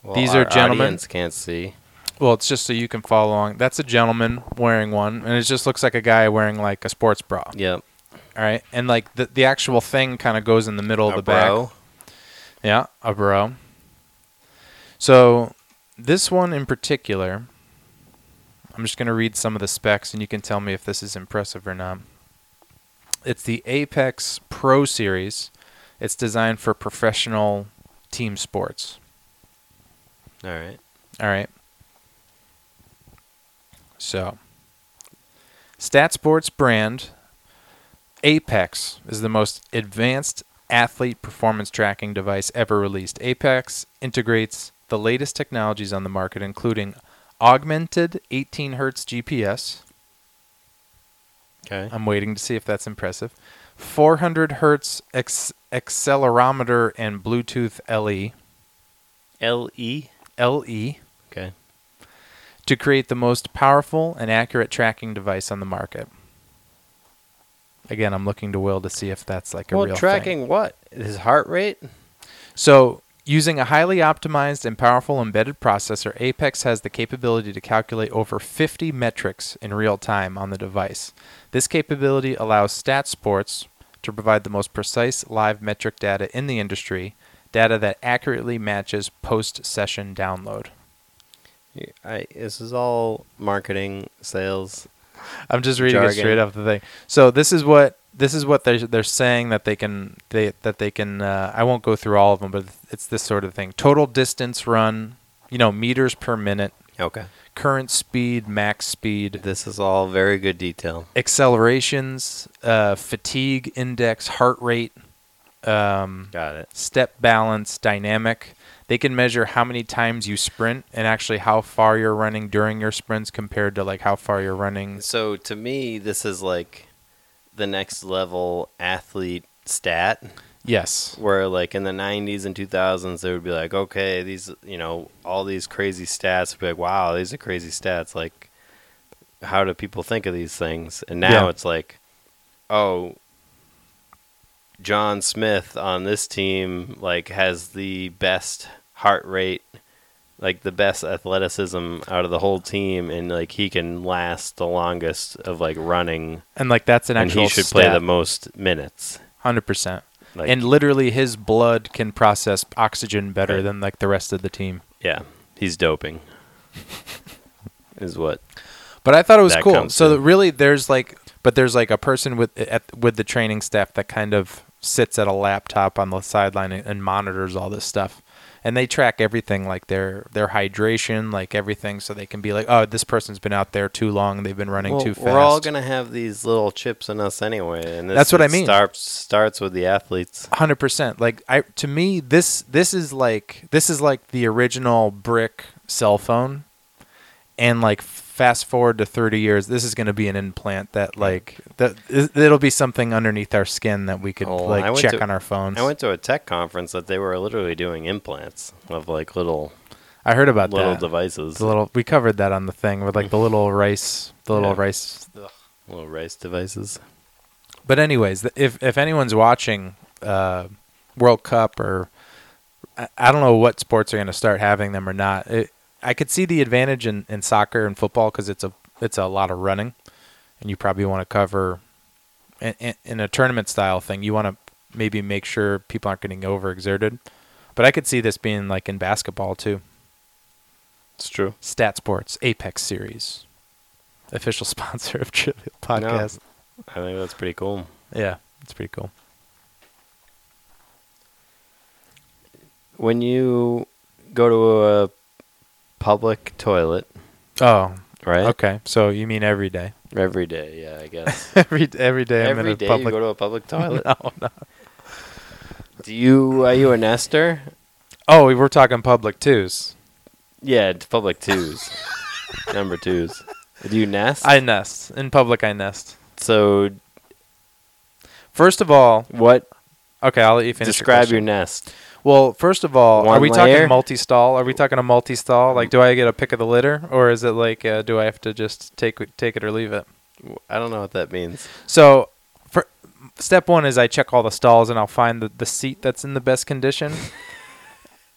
Speaker 2: Well,
Speaker 1: These are
Speaker 2: our
Speaker 1: gentlemen.
Speaker 2: Audience can't see.
Speaker 1: Well, it's just so you can follow along. That's a gentleman wearing one, and it just looks like a guy wearing like a sports bra.
Speaker 2: Yep.
Speaker 1: All right, and like the the actual thing kind of goes in the middle of
Speaker 2: A
Speaker 1: the
Speaker 2: bro.
Speaker 1: back. Yeah, a bro. So this one in particular, I'm just gonna read some of the specs, and you can tell me if this is impressive or not. It's the Apex Pro Series. It's designed for professional team sports.
Speaker 2: All right.
Speaker 1: All right. So, StatSports brand Apex is the most advanced athlete performance tracking device ever released. Apex integrates the latest technologies on the market, including augmented 18 hertz GPS.
Speaker 2: Okay.
Speaker 1: I'm waiting to see if that's impressive. 400 hertz ex- accelerometer and Bluetooth E, LE.
Speaker 2: L E.
Speaker 1: LE.
Speaker 2: Okay.
Speaker 1: to create the most powerful and accurate tracking device on the market. Again, I'm looking to Will to see if that's like a
Speaker 2: Well,
Speaker 1: real
Speaker 2: tracking
Speaker 1: thing.
Speaker 2: what? His heart rate?
Speaker 1: So, using a highly optimized and powerful embedded processor, Apex has the capability to calculate over 50 metrics in real time on the device. This capability allows StatSports to provide the most precise live metric data in the industry, data that accurately matches post-session download.
Speaker 2: You- I, this is all marketing, sales.
Speaker 1: I'm just reading
Speaker 2: jargon.
Speaker 1: it straight off the thing. So this is what this is what they're they're saying that they can they that they can. Uh, I won't go through all of them, but it's this sort of thing: total distance run, you know, meters per minute,
Speaker 2: Okay.
Speaker 1: current speed, max speed,
Speaker 2: This is all very good detail.
Speaker 1: accelerations, uh, fatigue index, heart rate, um,
Speaker 2: Got it.
Speaker 1: step balance, dynamic. They can measure how many times you sprint and actually how far you're running during your sprints compared to like how far you're running.
Speaker 2: So to me, this is like the next level athlete stat
Speaker 1: Yes.
Speaker 2: where like in the 90s and 2000s they would be like okay these you know all these crazy stats would be like wow these are crazy stats like how do people think of these things and now
Speaker 1: Yeah.
Speaker 2: it's like oh john smith on this team like has the best heart rate like the best athleticism out of the whole team and like he can last the longest of like running
Speaker 1: And like that's an
Speaker 2: and
Speaker 1: actual
Speaker 2: he should play the most minutes
Speaker 1: Hundred percent.
Speaker 2: like
Speaker 1: and literally, his blood can process oxygen better
Speaker 2: Right.
Speaker 1: than like the rest of the team.
Speaker 2: Yeah, he's doping. is what?
Speaker 1: But I thought it was
Speaker 2: That
Speaker 1: cool.
Speaker 2: comes
Speaker 1: So
Speaker 2: in.
Speaker 1: that really, there's like, but there's like a person with at, with the training staff that kind of sits at a laptop on the sideline and, and monitors all this stuff, and they track everything, like their their hydration, like everything, so they can be like, oh, this person's been out there too long, they've been running too fast.
Speaker 2: We're all gonna have these little chips in us anyway, and this
Speaker 1: That's what I
Speaker 2: it
Speaker 1: mean.
Speaker 2: Starts starts with the athletes.
Speaker 1: hundred percent. Like I, to me, this this is like this is like the original brick cell phone, and like fast forward to thirty years, this is going to be an implant that like that it- it'll be something underneath our skin that we could
Speaker 2: Oh, I
Speaker 1: like
Speaker 2: went
Speaker 1: check
Speaker 2: to-
Speaker 1: on our phones.
Speaker 2: I went to a tech conference that they were literally doing implants of like little
Speaker 1: I heard about
Speaker 2: little
Speaker 1: that.
Speaker 2: devices,
Speaker 1: The little we covered that on the thing with like the little rice, the little
Speaker 2: Yeah.
Speaker 1: rice.
Speaker 2: little rice devices.
Speaker 1: But anyways, th- if if anyone's watching uh, World Cup or I, I don't know what sports are going to start having them or not. It, I could see the advantage in, in soccer and football because it's a it's a lot of running, and you probably want to cover in, in, in a tournament style thing. You want to maybe make sure people aren't getting overexerted. But I could see this being like in basketball too.
Speaker 2: It's true.
Speaker 1: Stat Sports Apex Series, official sponsor of Trivial Podcast.
Speaker 2: I think that's pretty cool.
Speaker 1: Yeah, it's pretty cool.
Speaker 2: When you go to a public toilet,
Speaker 1: Oh,
Speaker 2: right?
Speaker 1: Okay, so you mean every day?
Speaker 2: Every day, yeah, I guess.
Speaker 1: every every day I'm in
Speaker 2: Every
Speaker 1: a
Speaker 2: day
Speaker 1: public.
Speaker 2: you go to a public toilet. no, no. Do you are you a nester?
Speaker 1: oh, we were talking public twos.
Speaker 2: Yeah, it's public twos. Number twos. Do you nest?
Speaker 1: I nest in public. I nest.
Speaker 2: so
Speaker 1: First of all,
Speaker 2: what
Speaker 1: okay, I'll let you finish.
Speaker 2: describe
Speaker 1: your, question.
Speaker 2: your nest.
Speaker 1: Well, first of all, are
Speaker 2: One
Speaker 1: we
Speaker 2: layer?
Speaker 1: talking multi-stall? Are we talking a multi-stall? Like, do I get a pick of the litter, or is it like, uh, do I have to just take take it or leave it?
Speaker 2: I don't know what that means.
Speaker 1: So, for, step one is I check all the stalls and I'll find the, the seat that's in the best condition.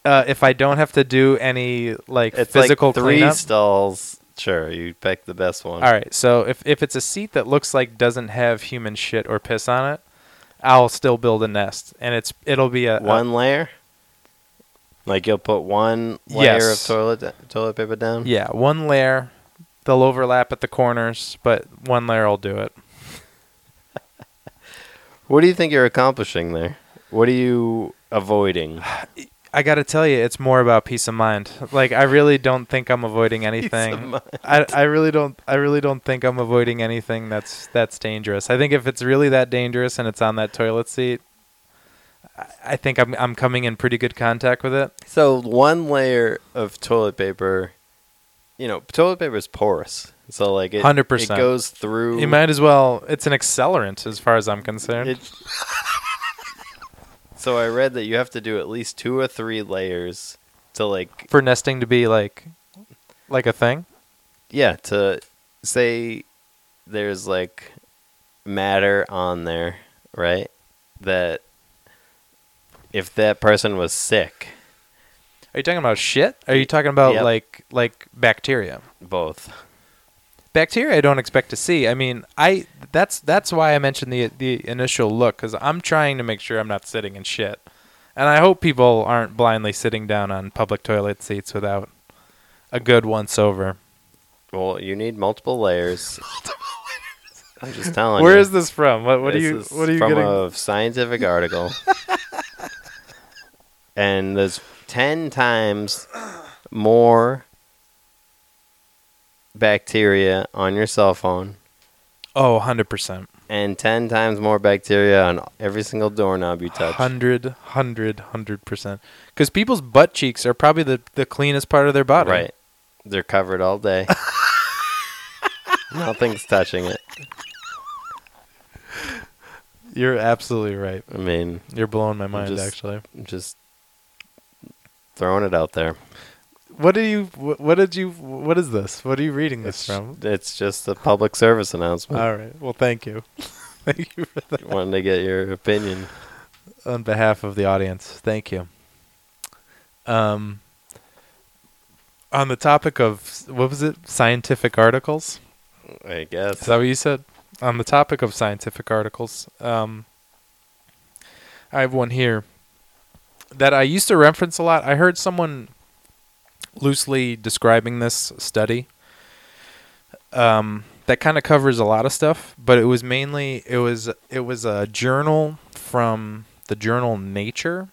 Speaker 1: uh, if I don't have to do any like
Speaker 2: It's
Speaker 1: physical
Speaker 2: like three
Speaker 1: cleanup,
Speaker 2: stalls. Sure, you pick the best one.
Speaker 1: all right. So if if it's a seat that looks like doesn't have human shit or piss on it, I'll still build a nest, and it's it'll be a
Speaker 2: One layer? Like you'll put one layer
Speaker 1: Yes.
Speaker 2: of toilet toilet paper down?
Speaker 1: yeah, one layer. They'll overlap at the corners, but one layer will do it.
Speaker 2: What do you think you're accomplishing there? What are you avoiding?
Speaker 1: I gotta tell you, it's more about peace of mind. Like I really don't think I'm avoiding anything.
Speaker 2: mind.
Speaker 1: I I really don't I really don't think I'm avoiding anything that's that's dangerous. I think if it's really that dangerous and it's on that toilet seat, I, I think I'm I'm coming in pretty good contact with it.
Speaker 2: So one layer of toilet paper, you know, toilet paper is porous. So like it,
Speaker 1: 100%.
Speaker 2: it goes through.
Speaker 1: You might as well. It's an accelerant, as far as I'm concerned.
Speaker 2: it- so I read that you have to do at least two or three layers to like
Speaker 1: for nesting to be like, like a thing.
Speaker 2: yeah to say there's like matter on there, right? That if that person was sick,
Speaker 1: Are you talking about shit? Are you talking about
Speaker 2: Yep.
Speaker 1: like like bacteria?
Speaker 2: both
Speaker 1: Bacteria, I don't expect to see. I mean, I that's that's why I mentioned the the initial look because I'm trying to make sure I'm not sitting in shit, and I hope people aren't blindly sitting down on public toilet seats without a good once over.
Speaker 2: well, you need multiple layers. I'm just telling
Speaker 1: Where
Speaker 2: you.
Speaker 1: is this from? What what are
Speaker 2: This
Speaker 1: you
Speaker 2: is
Speaker 1: what are you
Speaker 2: from
Speaker 1: getting?
Speaker 2: a scientific article. and there's 10 times more bacteria on your cell phone
Speaker 1: oh, 100 percent.
Speaker 2: and 10 times more bacteria on every single doorknob you touch.
Speaker 1: Hundred, hundred, hundred percent. Because people's butt cheeks are probably the, the cleanest part of their body.
Speaker 2: Right. They're covered all day. Nothing's touching it.
Speaker 1: You're absolutely right.
Speaker 2: I mean,
Speaker 1: You're blowing my mind,
Speaker 2: just-
Speaker 1: actually.
Speaker 2: I'm just throwing it out there.
Speaker 1: What do you? What, what did you? What is this? What are you reading this
Speaker 2: It's,
Speaker 1: from?
Speaker 2: it's just a public service announcement.
Speaker 1: All right. Well, thank you. thank you for that.
Speaker 2: Wanted to get your opinion.
Speaker 1: on behalf of the audience. Thank you. Um, on the topic of what was it? Scientific articles.
Speaker 2: I
Speaker 1: Is
Speaker 2: guess.
Speaker 1: that what you said? On the topic of scientific articles, um, I have one here that I used to reference a lot. I heard someone loosely describing this study um, that kind of covers a lot of stuff, but it was mainly it was it was a journal from the journal Nature.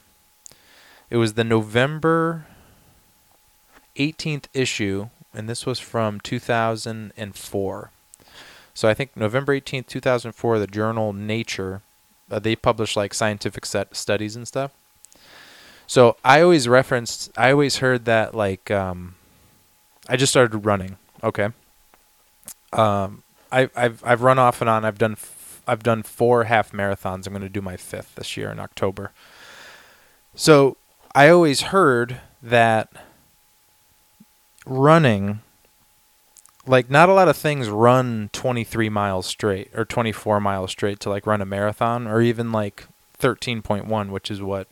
Speaker 1: It was the November 18th issue, and this was from 2004. So I think November 18th, 2004, the journal Nature, uh, they publish like scientific set studies and stuff. So I always referenced, I always heard that like, um, I just started running. Okay. Um, I, I've, I've run off and on. I've done, f- I've done four half marathons. I'm going to do my fifth this year in October. So I always heard that running like not a lot of things run 23 miles straight or 24 miles straight to like run a marathon or even like 13.1 which is what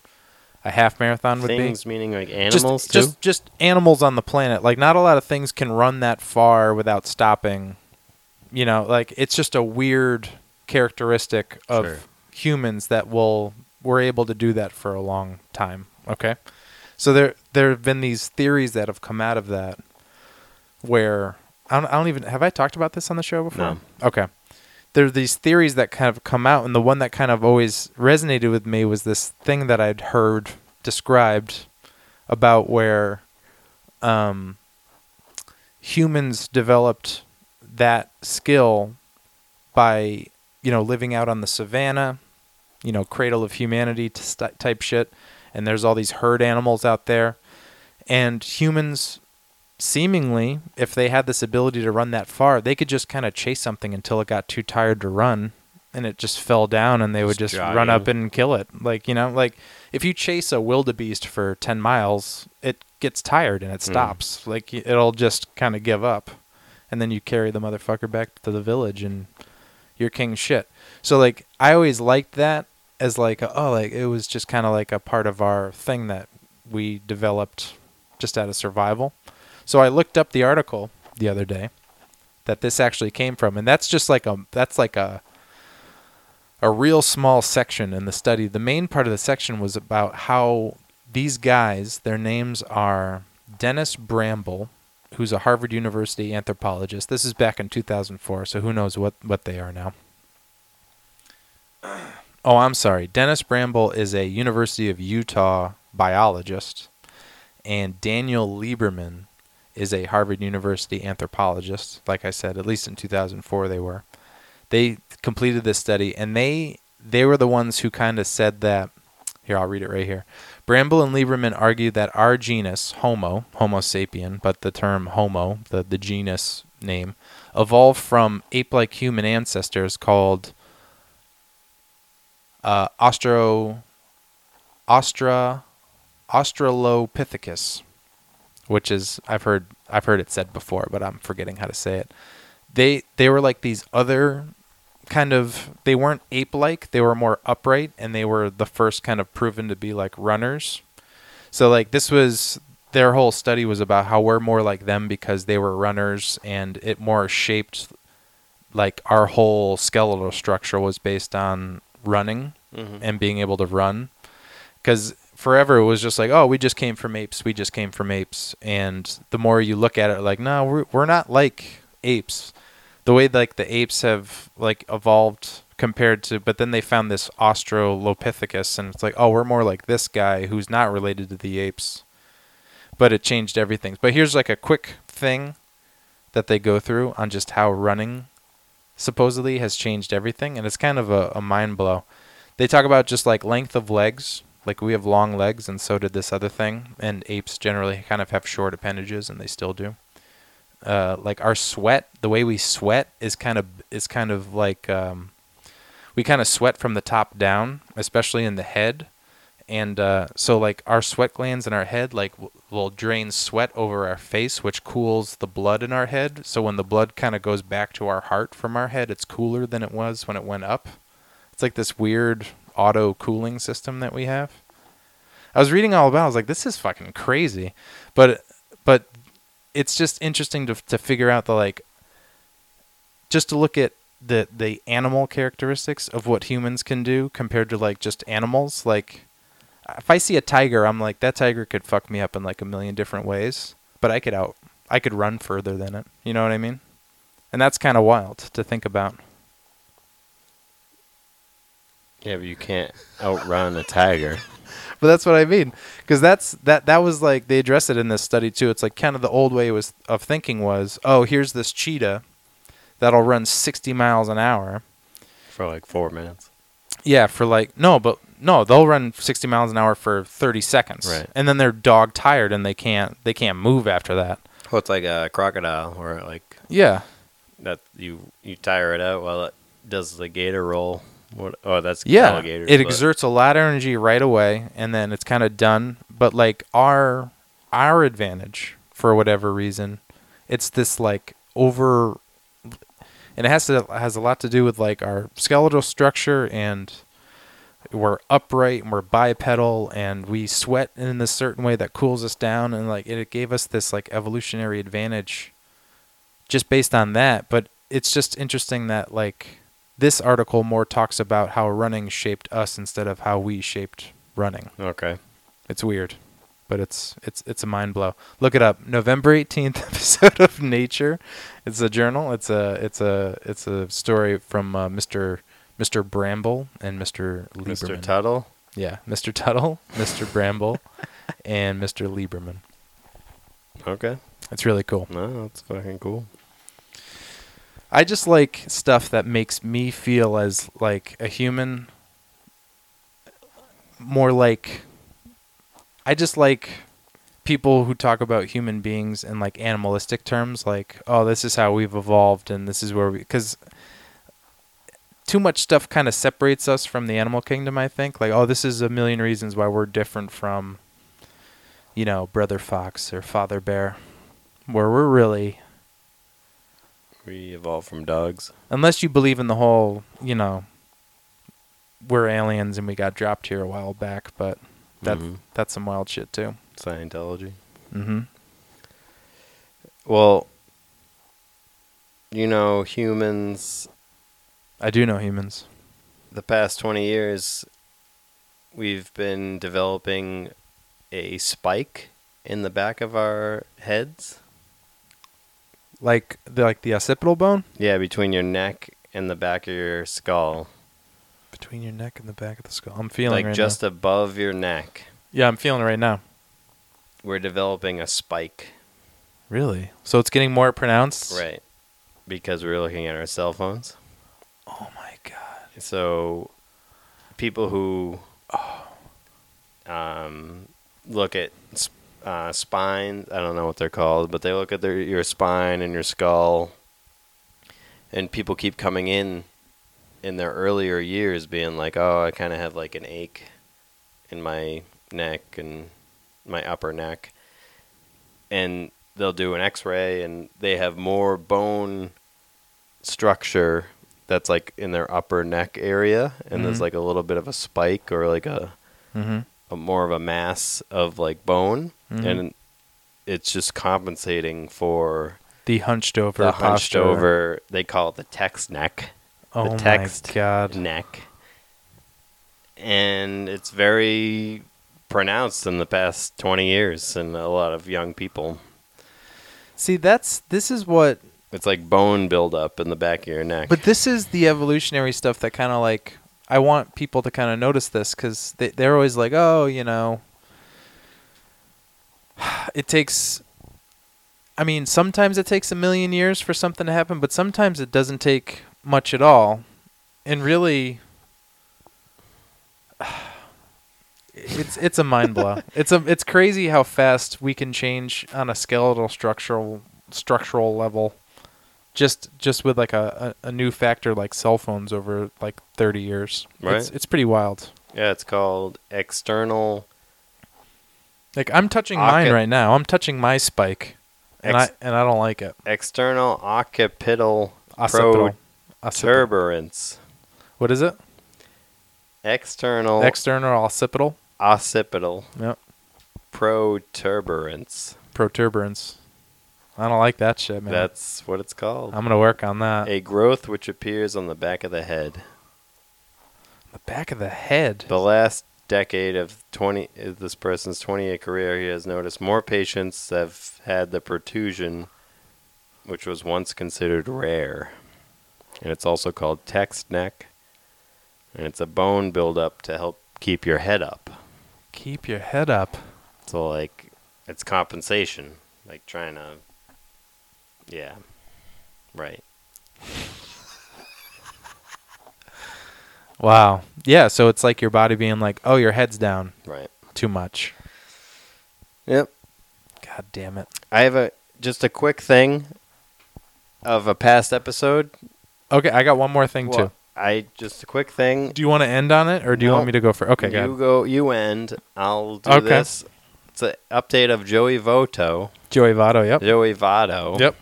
Speaker 1: a half marathon would be
Speaker 2: Things meaning like animals
Speaker 1: just,
Speaker 2: too.
Speaker 1: Just just animals on the planet. Like not a lot of things can run that far without stopping. You know, like it's just a weird characteristic of
Speaker 2: Sure.
Speaker 1: humans that will were able to do that for a long time. Okay. So there there have been these theories that have come out of that where I don't, I don't even have I talked about this on the show before?
Speaker 2: No.
Speaker 1: Okay. There are these theories that kind of come out, and the one that kind of always resonated with me was this thing that I'd heard described about where um, humans developed that skill by you know living out on the savannah, you know, cradle of humanity t- st- type shit, and there's all these herd animals out there, and humans seemingly, if they had this ability to run that far, they could just kind of chase something until it got too tired to run and it just fell down and they would
Speaker 2: Just
Speaker 1: just
Speaker 2: jogging.
Speaker 1: run up and kill it. Like, you know, like if you chase a wildebeest for 10 miles, it gets tired and it stops. Like y- it'll just kind of give up. And then you carry the motherfucker back to the village and you're king shit. So like I always liked that as like a, oh like it was just kind of like a part of our thing that we developed just out of survival. So I looked up the article the other day that this actually came from, and that's just like a that's like a a real small section in the study. The main part of the section was about how these guys, their names are Dennis Bramble, who's a Harvard University anthropologist. This is back in 2004, so who knows what, what they are now. Oh, I'm sorry. Dennis Bramble is a University of Utah biologist, and Daniel Lieberman is a Harvard University anthropologist. Like I said, at least in 2004 they were they completed this study and they they were the ones who kind of said that here I'll read it right here. Bramble and Lieberman argue that our genus Homo, Homo sapien, but the term Homo, the the genus name, evolved from ape-like human ancestors called uh, Austro Austra Australopithecus, which is I've heard I've heard it said before, but I'm forgetting how to say it they they were like these other kind of they weren't ape like they were more upright and they were the first kind of proven to be like runners so like this was their whole study was about how we're more like them because they were runners and it more shaped like our whole skeletal structure was based on running and being able to run because forever it was just like oh we just came from apes we just came from apes and the more you look at it like no we're, we're not like apes the way like the apes have like evolved compared to but then they found this australopithecus and it's like oh we're more like this guy who's not related to the apes but it changed everything but here's like a quick thing that they go through on just how running supposedly has changed everything, and it's kind of a, a mind blow. They talk about just like length of legs, like we have long legs, and so did this other thing, and apes generally kind of have short appendages, and they still do. Uh, like our sweat, the way we sweat is kind of is kind of like um, we kind of sweat from the top down, especially in the head, and uh, so like our sweat glands in our head like w- will drain sweat over our face, which cools the blood in our head. So when the blood kind of goes back to our heart from our head, it's cooler than it was when it went up. It's like this weird auto cooling system that we have. I was reading all about. it, I was like, this is fucking crazy, but but it's just interesting to to figure out the like just to look at the the animal characteristics of what humans can do compared to like just animals like if i see a tiger i'm like that tiger could fuck me up in like a million different ways but i could out i could run further than it you know what i mean and that's kind of wild to think about
Speaker 2: Yeah, but you can't outrun a tiger.
Speaker 1: but that's what I mean because that's that that was like they address it in this study too. It's like kind of the old way was of thinking was oh here's this cheetah that'll run 60 miles an hour.
Speaker 2: for like four minutes.
Speaker 1: Yeah, for like no, but no, they'll run 60 miles an hour for 30 seconds,
Speaker 2: Right.
Speaker 1: And then they're dog tired and they can't they can't move after that.
Speaker 2: Well, it's like a crocodile, where like
Speaker 1: Yeah,
Speaker 2: that you you tire it out while it does the gator roll. What? Oh, that's
Speaker 1: yeah.
Speaker 2: alligators,
Speaker 1: it
Speaker 2: but-
Speaker 1: exerts a lot of energy right away, and then it's kind of done. But like our our advantage for whatever reason, it's this like over, and it has to has a lot to do with like our skeletal structure and we're upright and we're bipedal and we sweat in a certain way that cools us down and like it gave us this like evolutionary advantage just based on that but it's just interesting that like this article more talks about how running shaped us instead of how we shaped running
Speaker 2: Okay.
Speaker 1: it's weird but it's it's it's a mind blow look it up november 18th episode of nature it's a journal it's a it's a it's a story from uh, mr mr bramble and mr lieberman
Speaker 2: Mr. Tuttle.
Speaker 1: yeah, Mr. Tuttle, Mr. Bramble, and Mr. Lieberman.
Speaker 2: Okay.
Speaker 1: It's really cool.
Speaker 2: No, that's fucking cool.
Speaker 1: I just like stuff that makes me feel as like a human more like I just like people who talk about human beings in like animalistic terms like oh this is how we've evolved and this is where we cuz too much stuff kind of separates us from the animal kingdom I think like oh this is a million reasons why we're different from you know brother fox or father bear where we're really
Speaker 2: We evolved from dogs.
Speaker 1: unless you believe in the whole, you know, we're aliens and we got dropped here a while back, but that
Speaker 2: Mhm.
Speaker 1: that's some wild shit too.
Speaker 2: Scientology.
Speaker 1: Mm-hmm.
Speaker 2: Well, you know, humans.
Speaker 1: I do know humans.
Speaker 2: The past twenty years, we've been developing a spike in the back of our heads.
Speaker 1: Like the like the occipital bone
Speaker 2: Yeah, between your neck and the back of your skull.
Speaker 1: between your neck and the back of the skull. I'm feeling
Speaker 2: like
Speaker 1: right
Speaker 2: just
Speaker 1: now.
Speaker 2: above your neck.
Speaker 1: yeah, I'm feeling it right now.
Speaker 2: We're developing a spike.
Speaker 1: Really? So it's getting more pronounced.
Speaker 2: Right. Because we're looking at our cell phones.
Speaker 1: Oh my god.
Speaker 2: So people who um, look at s- uh, spine, I don't know what they're called, but they look at their your spine and your skull. And people keep coming in in their earlier years being like, "Oh, I kind of have like an ache in my neck and my upper neck." And they'll do an x-ray and they have more bone structure that's like in their upper neck area and there's
Speaker 1: Mhm.
Speaker 2: like a little bit of a spike or like a
Speaker 1: Mm-hmm.
Speaker 2: a more of a mass of like bone
Speaker 1: Mhm.
Speaker 2: and it's just compensating for
Speaker 1: The hunched over
Speaker 2: the hunched
Speaker 1: posture.
Speaker 2: over they call it the text neck
Speaker 1: Oh
Speaker 2: the text
Speaker 1: my god.
Speaker 2: neck and it's very pronounced in the past 20 years in a lot of young people
Speaker 1: See, that's this is what
Speaker 2: it's like bone buildup in the back of your neck
Speaker 1: But this is the evolutionary stuff that kind of like I want people to kind of notice this because they they're always like, oh, you know, it takes. I mean, sometimes it takes a million years for something to happen, but sometimes it doesn't take much at all, and really, it's it's a mind blow. It's a it's crazy how fast we can change on a skeletal structural structural level, just just with like a, a, a new factor like cell phones over like thirty years.
Speaker 2: Right.
Speaker 1: It's, it's pretty wild.
Speaker 2: Yeah, it's called external.
Speaker 1: Like I'm touching
Speaker 2: Occam-
Speaker 1: mine right now. I'm touching my spike, and
Speaker 2: Ex-
Speaker 1: I and I don't like it.
Speaker 2: External occipital
Speaker 1: Occipital. Occipital.
Speaker 2: protuberance.
Speaker 1: What is it?
Speaker 2: External
Speaker 1: External occipital.
Speaker 2: occipital
Speaker 1: Yep.
Speaker 2: protuberance.
Speaker 1: Protuberance. I don't like that shit, man.
Speaker 2: That's what it's called.
Speaker 1: I'm gonna work on that.
Speaker 2: a growth which appears on the back of the head.
Speaker 1: The back of the head.
Speaker 2: The last decade of 20 of this person's 20-year career, he has noticed more patients have had the protrusion, which was once considered rare. And it's also called text neck, and it's a bone buildup to help keep your head up.
Speaker 1: Keep your head up.
Speaker 2: So like, it's compensation, like trying to, yeah, right.
Speaker 1: Wow. Yeah. So it's like your body being like, "Oh, your head's down
Speaker 2: Right.
Speaker 1: too much."
Speaker 2: Yep.
Speaker 1: God damn it.
Speaker 2: I have a just a quick thing of a past episode.
Speaker 1: Okay, I got one more thing
Speaker 2: Well,
Speaker 1: too.
Speaker 2: I just a quick thing.
Speaker 1: Do you want to end on it, or do you
Speaker 2: No.
Speaker 1: want me to go for? Okay, go.
Speaker 2: you
Speaker 1: ahead.
Speaker 2: go. You end. I'll do
Speaker 1: Okay.
Speaker 2: this. It's an update of Joey Voto.
Speaker 1: Joey Votto. Yep.
Speaker 2: Joey Votto.
Speaker 1: Yep.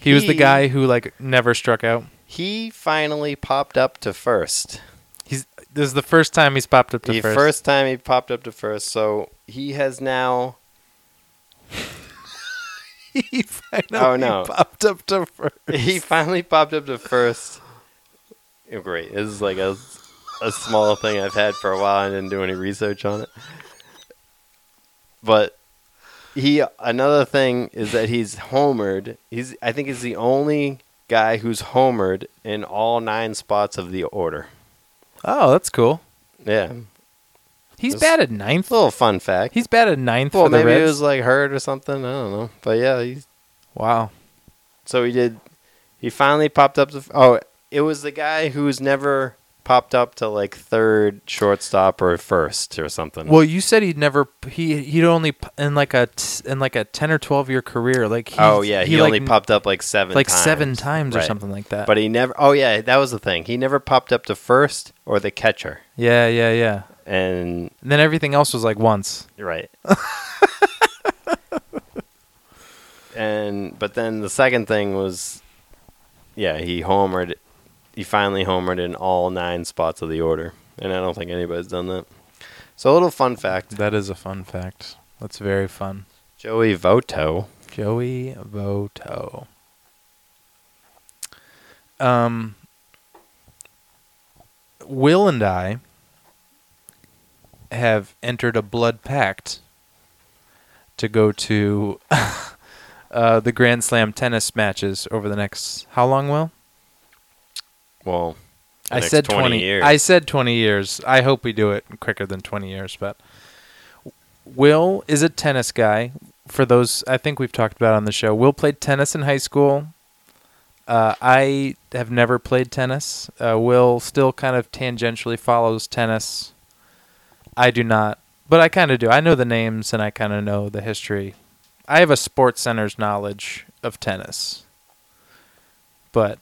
Speaker 1: He, was the
Speaker 2: He-
Speaker 1: guy who like never struck out.
Speaker 2: He finally popped up to first.
Speaker 1: He's this is the first time he's popped up to
Speaker 2: the first.
Speaker 1: first.
Speaker 2: time he popped up to first, so he has now.
Speaker 1: he finally
Speaker 2: Oh, no.
Speaker 1: popped up to first.
Speaker 2: He finally popped up to first. Oh, great! This is like a a small thing I've had for a while. I didn't do any research on it, but he another thing is that he's homered. He's I think he's the only guy who's homered in all nine spots of the order.
Speaker 1: Oh, that's cool.
Speaker 2: Yeah,
Speaker 1: He's
Speaker 2: This-
Speaker 1: bad at ninth.
Speaker 2: little fun fact.
Speaker 1: Hmm. He's bad at ninth
Speaker 2: well,
Speaker 1: for the
Speaker 2: maybe it
Speaker 1: Reds.
Speaker 2: was like hurt or something. I don't know, but yeah, he's
Speaker 1: wow.
Speaker 2: So he did. He finally popped up. The, oh, it was the guy who's never popped up to like third, shortstop, or first, or something.
Speaker 1: Well, you said he'd never he he'd only p- in like a t- in like a ten or twelve year career like he,
Speaker 2: oh yeah, he, only
Speaker 1: like,
Speaker 2: popped up like seven,
Speaker 1: like
Speaker 2: times.
Speaker 1: seven times or
Speaker 2: Right.
Speaker 1: something like that.
Speaker 2: But he never. Oh yeah, that was the thing. He never popped up to first or the catcher.
Speaker 1: yeah, yeah, yeah.
Speaker 2: And
Speaker 1: And then everything else was like once.
Speaker 2: right. and but then the second thing was, yeah, he homered. He finally homered in all nine spots of the order, and I don't think anybody's done that. So a little fun fact:
Speaker 1: That is a fun fact. That's very fun.
Speaker 2: Joey Voto.
Speaker 1: Joey Voto. Um, Will and I have entered a blood pact to go to uh, the Grand Slam tennis matches over the next how long? Will
Speaker 2: Well,
Speaker 1: I
Speaker 2: the next
Speaker 1: said
Speaker 2: 20 years.
Speaker 1: I said 20 years. I hope we do it quicker than 20 years, but Will is a tennis guy. For those I think we've talked about on the show, Will played tennis in high school. Uh, I have never played tennis. Uh, Will still kind of tangentially follows tennis. I do not, but I kind of do. I know the names and I kind of know the history. I have a sports center's knowledge of tennis, but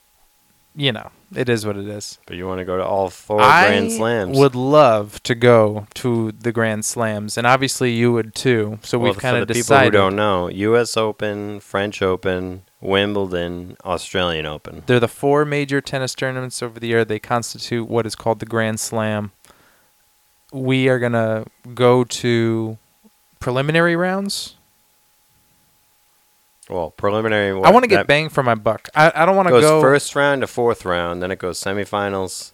Speaker 1: you know, it is what it is.
Speaker 2: but you want to go to all four Grand Slams.
Speaker 1: Would love to go to the Grand Slams, and obviously you would too. So
Speaker 2: Well,
Speaker 1: we've kind
Speaker 2: for
Speaker 1: of
Speaker 2: the people who
Speaker 1: decided
Speaker 2: don't know: U.S. Open, French Open, Wimbledon, Australian Open.
Speaker 1: they're the four major tennis tournaments over the year. They constitute what is called the Grand Slam. We are gonna go to preliminary rounds.
Speaker 2: Well, preliminary.
Speaker 1: I want to get
Speaker 2: that
Speaker 1: bang for my buck. I, I don't want to
Speaker 2: goes
Speaker 1: go.
Speaker 2: first round to fourth round, then it goes semifinals.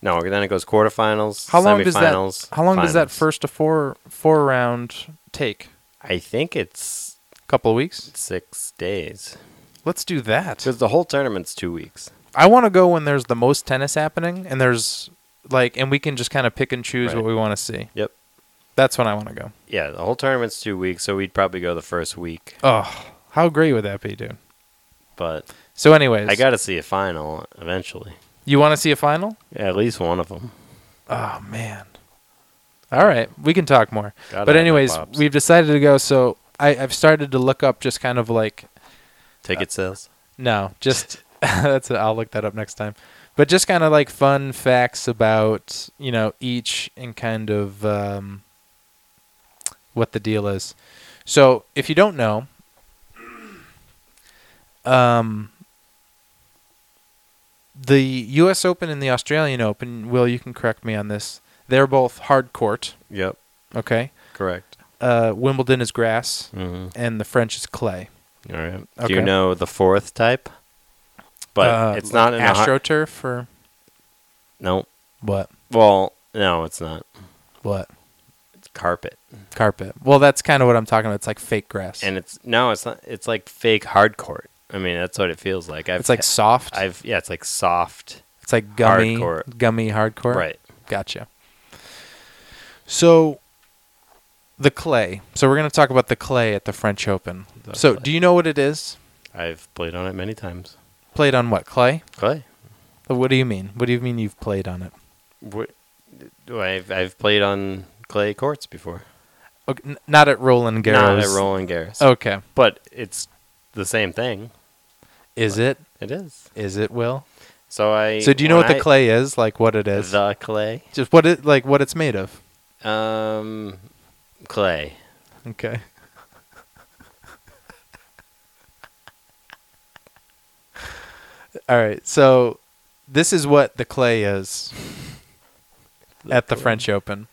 Speaker 2: No, then it goes quarterfinals.
Speaker 1: how long does that?
Speaker 2: semifinals,
Speaker 1: How long does that
Speaker 2: finals.
Speaker 1: first to four four round take?
Speaker 2: I think it's
Speaker 1: A couple of weeks.
Speaker 2: six days
Speaker 1: Let's do that.
Speaker 2: because the whole tournament's two weeks.
Speaker 1: I want to go when there's the most tennis happening and there's like and we can just kind of pick and choose
Speaker 2: Right.
Speaker 1: what we want to see.
Speaker 2: Yep.
Speaker 1: That's when I want to go.
Speaker 2: Yeah, the whole tournament's two weeks, so we'd probably go the first week.
Speaker 1: Oh, how great would that be, dude?
Speaker 2: But
Speaker 1: So, anyways,
Speaker 2: I got to see a final eventually.
Speaker 1: you want to see a final?
Speaker 2: Yeah, at least one of them.
Speaker 1: Oh man. All right, we can talk more.
Speaker 2: Gotta have
Speaker 1: but
Speaker 2: my
Speaker 1: anyways,
Speaker 2: pops.
Speaker 1: we've decided to go. So I, I've started to look up just kind of like
Speaker 2: Ticket sales.
Speaker 1: no, just that's it. I'll look that up next time. But just kind of like fun facts about you know each and kind of um, what the deal is. So if you don't know, um, the U.S. Open and the Australian Open. Will you can correct me on this? They're both hard court.
Speaker 2: Yep,
Speaker 1: Okay.
Speaker 2: correct.
Speaker 1: Uh, Wimbledon is grass,
Speaker 2: Mm-hmm.
Speaker 1: and the French is clay.
Speaker 2: All right. Do
Speaker 1: Okay.
Speaker 2: you know the fourth type? But
Speaker 1: Uh,
Speaker 2: it's not in a hot.
Speaker 1: astroturf or
Speaker 2: No.
Speaker 1: what?
Speaker 2: Well, no, it's not.
Speaker 1: What?
Speaker 2: It's carpet,
Speaker 1: carpet. Well, that's kind of what I'm talking about. It's like fake grass.
Speaker 2: and it's no, it's not. It's like fake hard court. I mean, that's what it feels like. I've,
Speaker 1: it's like soft.
Speaker 2: I've yeah, it's like soft.
Speaker 1: it's like gummy,
Speaker 2: hardcore.
Speaker 1: gummy hardcore.
Speaker 2: Right.
Speaker 1: Gotcha. So, the clay. So we're going to talk about the clay at the French Open.
Speaker 2: The
Speaker 1: so,
Speaker 2: clay.
Speaker 1: do you know what it is?
Speaker 2: I've played on it many times.
Speaker 1: Played on what clay?
Speaker 2: Clay.
Speaker 1: What do you mean? What do you mean you've played on it?
Speaker 2: What? I've I've played on clay courts before.
Speaker 1: Okay, n- not at Roland Garros.
Speaker 2: Not at Roland Garros.
Speaker 1: Okay.
Speaker 2: but it's the same thing.
Speaker 1: Is it?
Speaker 2: It is.
Speaker 1: Is it? Will?
Speaker 2: So I.
Speaker 1: So do you know
Speaker 2: when
Speaker 1: what the
Speaker 2: I-
Speaker 1: clay is? Like what it is?
Speaker 2: The clay.
Speaker 1: Just what it like what it's made of.
Speaker 2: Um, clay.
Speaker 1: Okay. All right. So this is what the clay is at the French Open.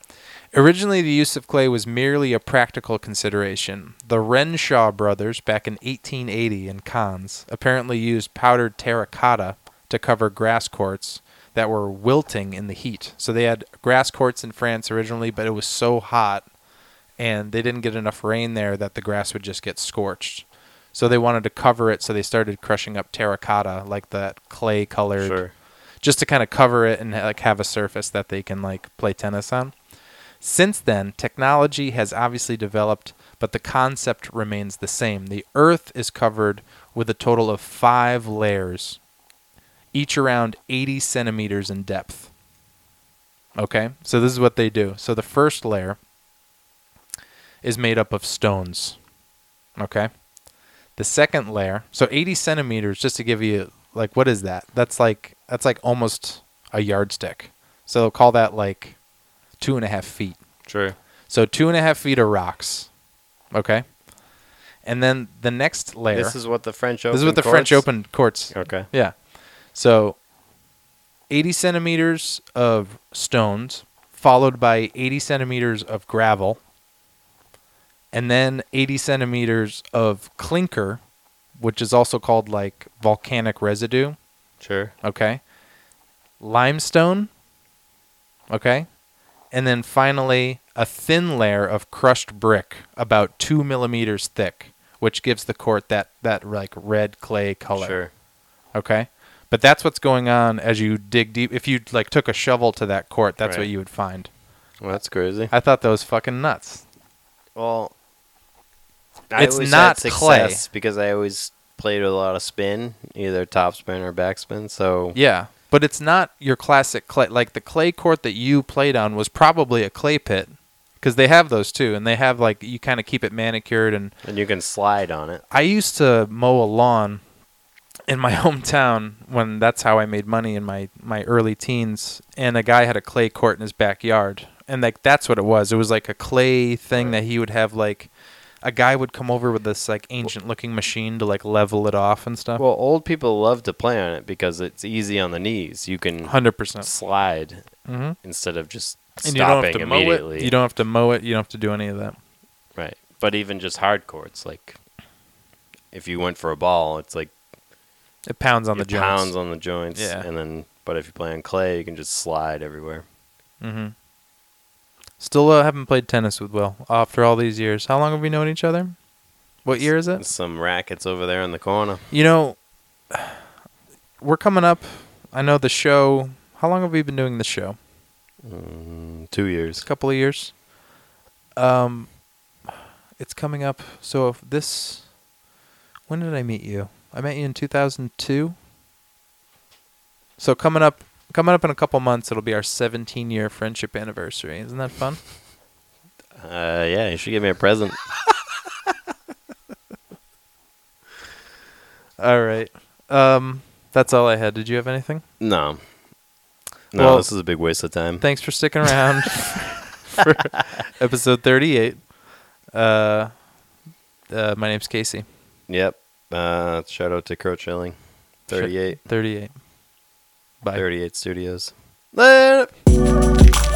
Speaker 1: Originally, the use of clay was merely a practical consideration. The Renshaw brothers, back in 1880 in Cannes, apparently used powdered terracotta to cover grass courts that were wilting in the heat. So they had grass courts in France originally, but it was so hot and they didn't get enough rain there that the grass would just get scorched. So they wanted to cover it, so they started crushing up terracotta, like that clay colored
Speaker 2: Sure.
Speaker 1: just to kind of cover it and like have a surface that they can like play tennis on. Since then, technology has obviously developed, but the concept remains the same. The earth is covered with a total of 5 layers, each around 80 centimeters in depth. Okay? So this is what they do. So the first layer is made up of stones. Okay? The second layer, so 80 centimeters, just to give you like what is that? That's like that's like almost a yardstick. So they'll call that like two and a half feet.
Speaker 2: Sure.
Speaker 1: So two and a half feet of rocks. Okay. And then the next layer.
Speaker 2: This is what the French Open.
Speaker 1: this is what the French
Speaker 2: courts-
Speaker 1: Open courts.
Speaker 2: Okay.
Speaker 1: Yeah. So 80 centimeters of stones, followed by 80 centimeters of gravel, and then 80 centimeters of clinker, which is also called like volcanic residue.
Speaker 2: Sure.
Speaker 1: Okay. Limestone. Okay. And then finally, a thin layer of crushed brick, about two millimeters thick, which gives the court that, that like red clay color.
Speaker 2: Sure.
Speaker 1: Okay. But that's what's going on as you dig deep. If you like took a shovel to that court, that's what
Speaker 2: Right.
Speaker 1: you would find.
Speaker 2: Well, that's crazy.
Speaker 1: I thought that was fucking nuts.
Speaker 2: well,
Speaker 1: It's not clay.
Speaker 2: because I always played with a lot of spin, either topspin or backspin. So
Speaker 1: Yeah. But it's not your classic clay. Like the clay court that you played on was probably a clay pit because they have those too. And they have like, you kind of keep it manicured and
Speaker 2: and you can slide on it.
Speaker 1: I used to mow a lawn in my hometown when that's how I made money in my my early teens and a guy had a clay court in his backyard and like that's what it was it was like a clay thing that he would have like a guy would come over with this like ancient looking machine to like level it off and stuff
Speaker 2: Well, old people love to play on it because it's easy on the knees. You can
Speaker 1: 100%
Speaker 2: slide
Speaker 1: Mhm.
Speaker 2: instead of just
Speaker 1: and
Speaker 2: stopping
Speaker 1: you don't have to mow
Speaker 2: immediately.
Speaker 1: it you don't have to mow it you don't have to do any of that
Speaker 2: Right. But even just hard courts, like if you went for a ball, it's like
Speaker 1: it pounds on
Speaker 2: it
Speaker 1: the joints
Speaker 2: pounds on the joints.
Speaker 1: Yeah.
Speaker 2: And then, but if you play on clay, you can just slide everywhere.
Speaker 1: mm-hmm. still uh, haven't played tennis with Will after all these years how long have we known each other what year is it
Speaker 2: Some rackets over there in the corner.
Speaker 1: You know, we're coming up. I know the show. How long have we been doing the show?
Speaker 2: Mm, two
Speaker 1: It's
Speaker 2: years.
Speaker 1: a couple of years. Um, it's coming up. So if this, when did I meet you? I met you in 2002. So coming up, coming up in a couple months, it'll be our 17 year friendship anniversary. Isn't that fun?
Speaker 2: Uh, yeah, you should give me a present.
Speaker 1: All right. Um, that's all I had. Did you have anything?
Speaker 2: No. No,
Speaker 1: Well-
Speaker 2: this is a big waste of time.
Speaker 1: Thanks for sticking around for episode 38. Uh, uh, my name's Casey.
Speaker 2: yep. Uh, shout out to Crow Chilling. 38.
Speaker 1: 38. Bye.
Speaker 2: 38 Studios. Later.